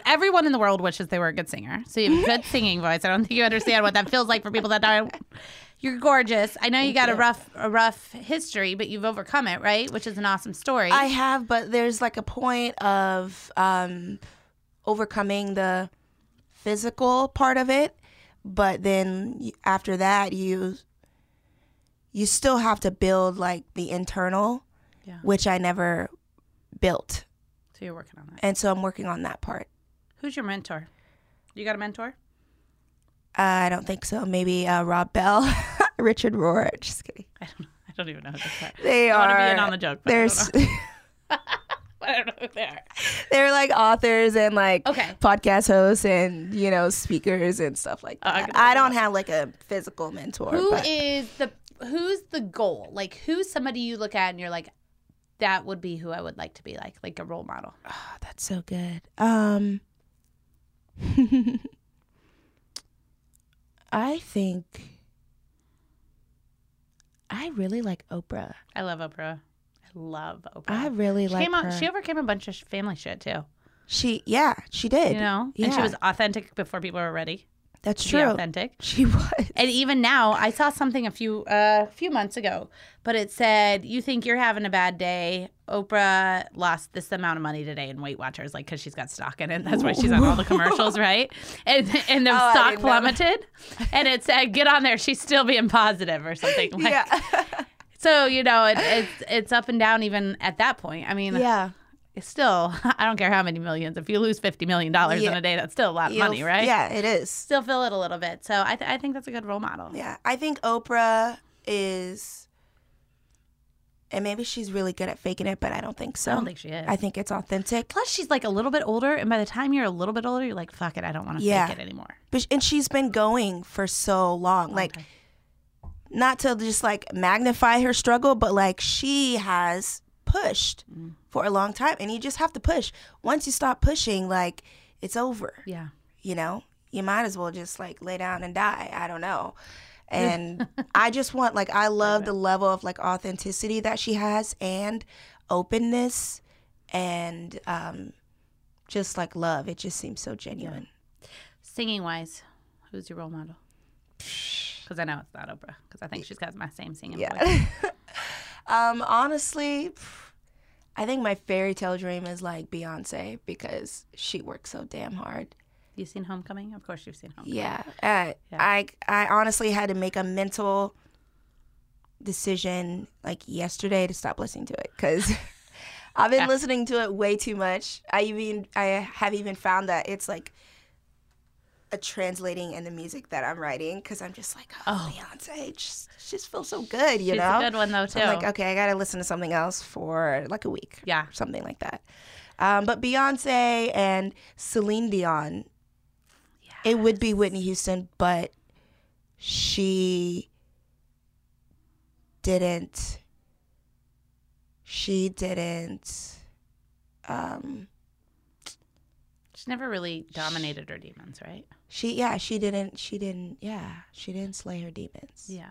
S1: everyone in the world wishes they were a good singer. So you have a good singing voice. I don't think you understand what that feels like for people that don't. You're gorgeous. I know you got a rough a rough history, but you've overcome it, right? Which is an awesome story.
S2: I have, but there's like a point of um, overcoming the physical part of it, but then y- after that, you you still have to build like the internal,
S1: Yeah.
S2: which I never built,
S1: so you're working on that.
S2: and so I'm working on that part.
S1: Who's your mentor? You got a mentor?
S2: Uh, I don't think so. Maybe uh, Rob Bell, Richard Rohr. Just kidding.
S1: I don't know. I don't even know who they are.
S2: They
S1: I
S2: are.
S1: want to be in on the joke. But I, don't
S2: there's
S1: know. But I don't know who they are.
S2: they're like authors and like
S1: Okay.
S2: podcast hosts and you know speakers and stuff like
S1: Uh, I
S2: that.
S1: can
S2: I,
S1: look it
S2: don't have like a physical mentor.
S1: Who
S2: but
S1: is the who's the goal? Like who's somebody you look at and you're like, that would be who I would like to be like, like a role model.
S2: Oh, that's so good. Um, I think I really like Oprah.
S1: I love Oprah. I love Oprah.
S2: I really
S1: she
S2: like
S1: came out.
S2: her.
S1: She overcame a bunch of sh- family shit too.
S2: She, yeah, she did.
S1: You know, and she
S2: Yeah.
S1: was authentic before people were ready
S2: that's
S1: to
S2: true.
S1: be authentic.
S2: She was.
S1: And even now, I saw something a few a few months ago, but it said, "You think you're having a bad day? Oprah lost this amount of money today in Weight Watchers, like because she's got stock in it. That's why she's on all the commercials, right? And and the
S2: Oh, I
S1: stock
S2: didn't know
S1: plummeted, and it said, "Get on there. She's still being positive or something." Like,
S2: yeah.
S1: So you know, it, it's it's up and down even at that point. I mean,
S2: yeah.
S1: still, I don't care how many millions. If you lose fifty million dollars in
S2: Yeah.
S1: a day, that's still a lot of money,
S2: You'll-
S1: right?
S2: Yeah, it is.
S1: Still feel it a little bit. So I, th- I think that's a good role model.
S2: Yeah, I think Oprah is, and maybe she's really good at faking it, but I don't think so.
S1: I don't think she is.
S2: I think it's authentic.
S1: Plus, she's like a little bit older, and by the time you're a little bit older, you're like, "Fuck it, I don't want to
S2: Yeah.
S1: fake it anymore."
S2: But sh- and she's been going for so long, like
S1: time.
S2: not to just like magnify her struggle, but like she has pushed
S1: Mm.
S2: for a long time, and you just have to push. Once you stop pushing, like it's over.
S1: Yeah,
S2: you know you might as well just like lay down and die i don't know and i just want like i love the level of like authenticity that she has and openness and um just like love it just seems so genuine
S1: singing wise, who's your role model? Because I know it's not Oprah. Because I think she's got my same singing voice.
S2: yeah um honestly pff, i think my fairy tale dream is like beyonce because she works so damn hard
S1: You seen Homecoming? Of course, you've seen Homecoming.
S2: Yeah. Uh, I I honestly had to make a mental decision like yesterday to stop listening to it cuz I've been listening to it way too much. I even I have even found that it's like a translating in the music that I'm writing cuz I'm just like, oh, Beyonce, it just it just feels so good, you
S1: She's
S2: know.
S1: a good one though too.
S2: So I'm like, okay, I got to listen to something else for like a week
S1: yeah,
S2: or something like that. Um, but Beyonce and Celine Dion, it would be Whitney Houston, but she didn't. She didn't. Um,
S1: she never really dominated her demons, right?
S2: she yeah, she didn't. She didn't. Yeah, she didn't slay her demons.
S1: Yeah.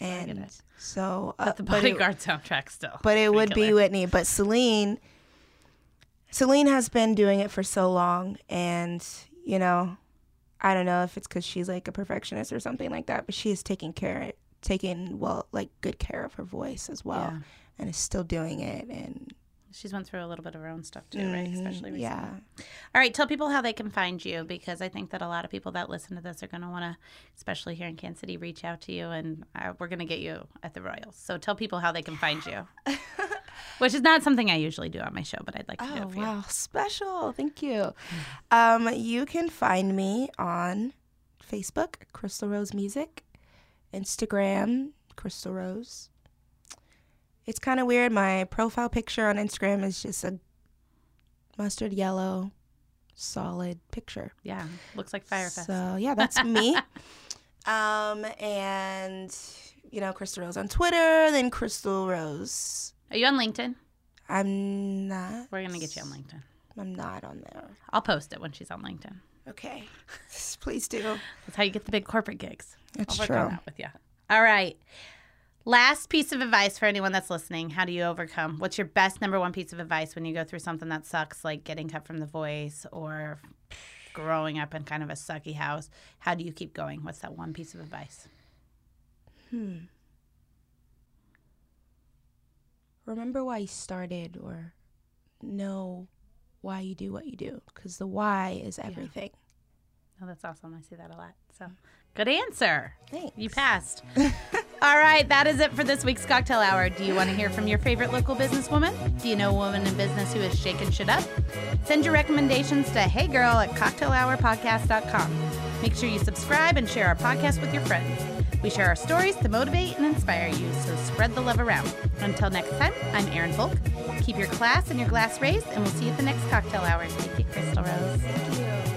S1: get
S2: and
S1: it.
S2: so, uh,
S1: The
S2: but it-
S1: Bodyguard soundtrack still.
S2: But it would be
S1: Ridiculous.
S2: Whitney. But Celine, Celine has been doing it for so long, and you know, I don't know if it's because she's like a perfectionist or something like that, but she is taking care, taking well, like good care of her voice as well,
S1: Yeah.
S2: and is still doing it. And
S1: She's went through a little bit of her own stuff too, right? Especially recently.
S2: Mm-hmm. Yeah.
S1: All right, tell people how they can find you because I think that a lot of people that listen to this are going to want to, especially here in Kansas City, reach out to you and uh, we're going to get you at the Royals. So tell people how they can find you, which is not something I usually do on my show, but I'd like to do
S2: Oh,
S1: it for you. Mm-hmm.
S2: wow. Special. Thank you. Um, you can find me on Facebook, Crystal Rose Music, Instagram, Crystal Rose. It's kind of weird. My profile picture on Instagram is just a mustard yellow, solid picture.
S1: Yeah, looks like Firefest.
S2: So, yeah, that's me. um, and, you know, Crystal Rose on Twitter, then Crystal Rose.
S1: Are you on LinkedIn?
S2: I'm not.
S1: We're going to get you on LinkedIn.
S2: I'm not on there.
S1: I'll post it when she's on LinkedIn.
S2: Okay. Please do.
S1: That's how you get the big corporate gigs.
S2: It's
S1: I'll work on
S2: true.
S1: that with you. All right. Last piece of advice for anyone that's listening. How do you overcome? What's your best number one piece of advice when you go through something that sucks, like getting cut from the voice or growing up in kind of a sucky house? How do you keep going? What's that one piece of advice?
S2: Hmm. Remember why you started or know why you do what you do because the why is everything.
S1: Oh, that's awesome. I see that a lot. So good answer.
S2: Thanks.
S1: You passed. All right, that is it for this week's cocktail hour. Do you want to hear from your favorite local businesswoman? Do you know a woman in business who is shaking shit up? Send your recommendations to heygirl at cocktailhourpodcast.com. Make sure you subscribe and share our podcast with your friends. We share our stories to motivate and inspire you, so spread the love around. Until next time, I'm Erin Volk. Keep your class and your glass raised, and we'll see you at the next cocktail hour. Thank you, Crystal Rose.
S2: Thank you.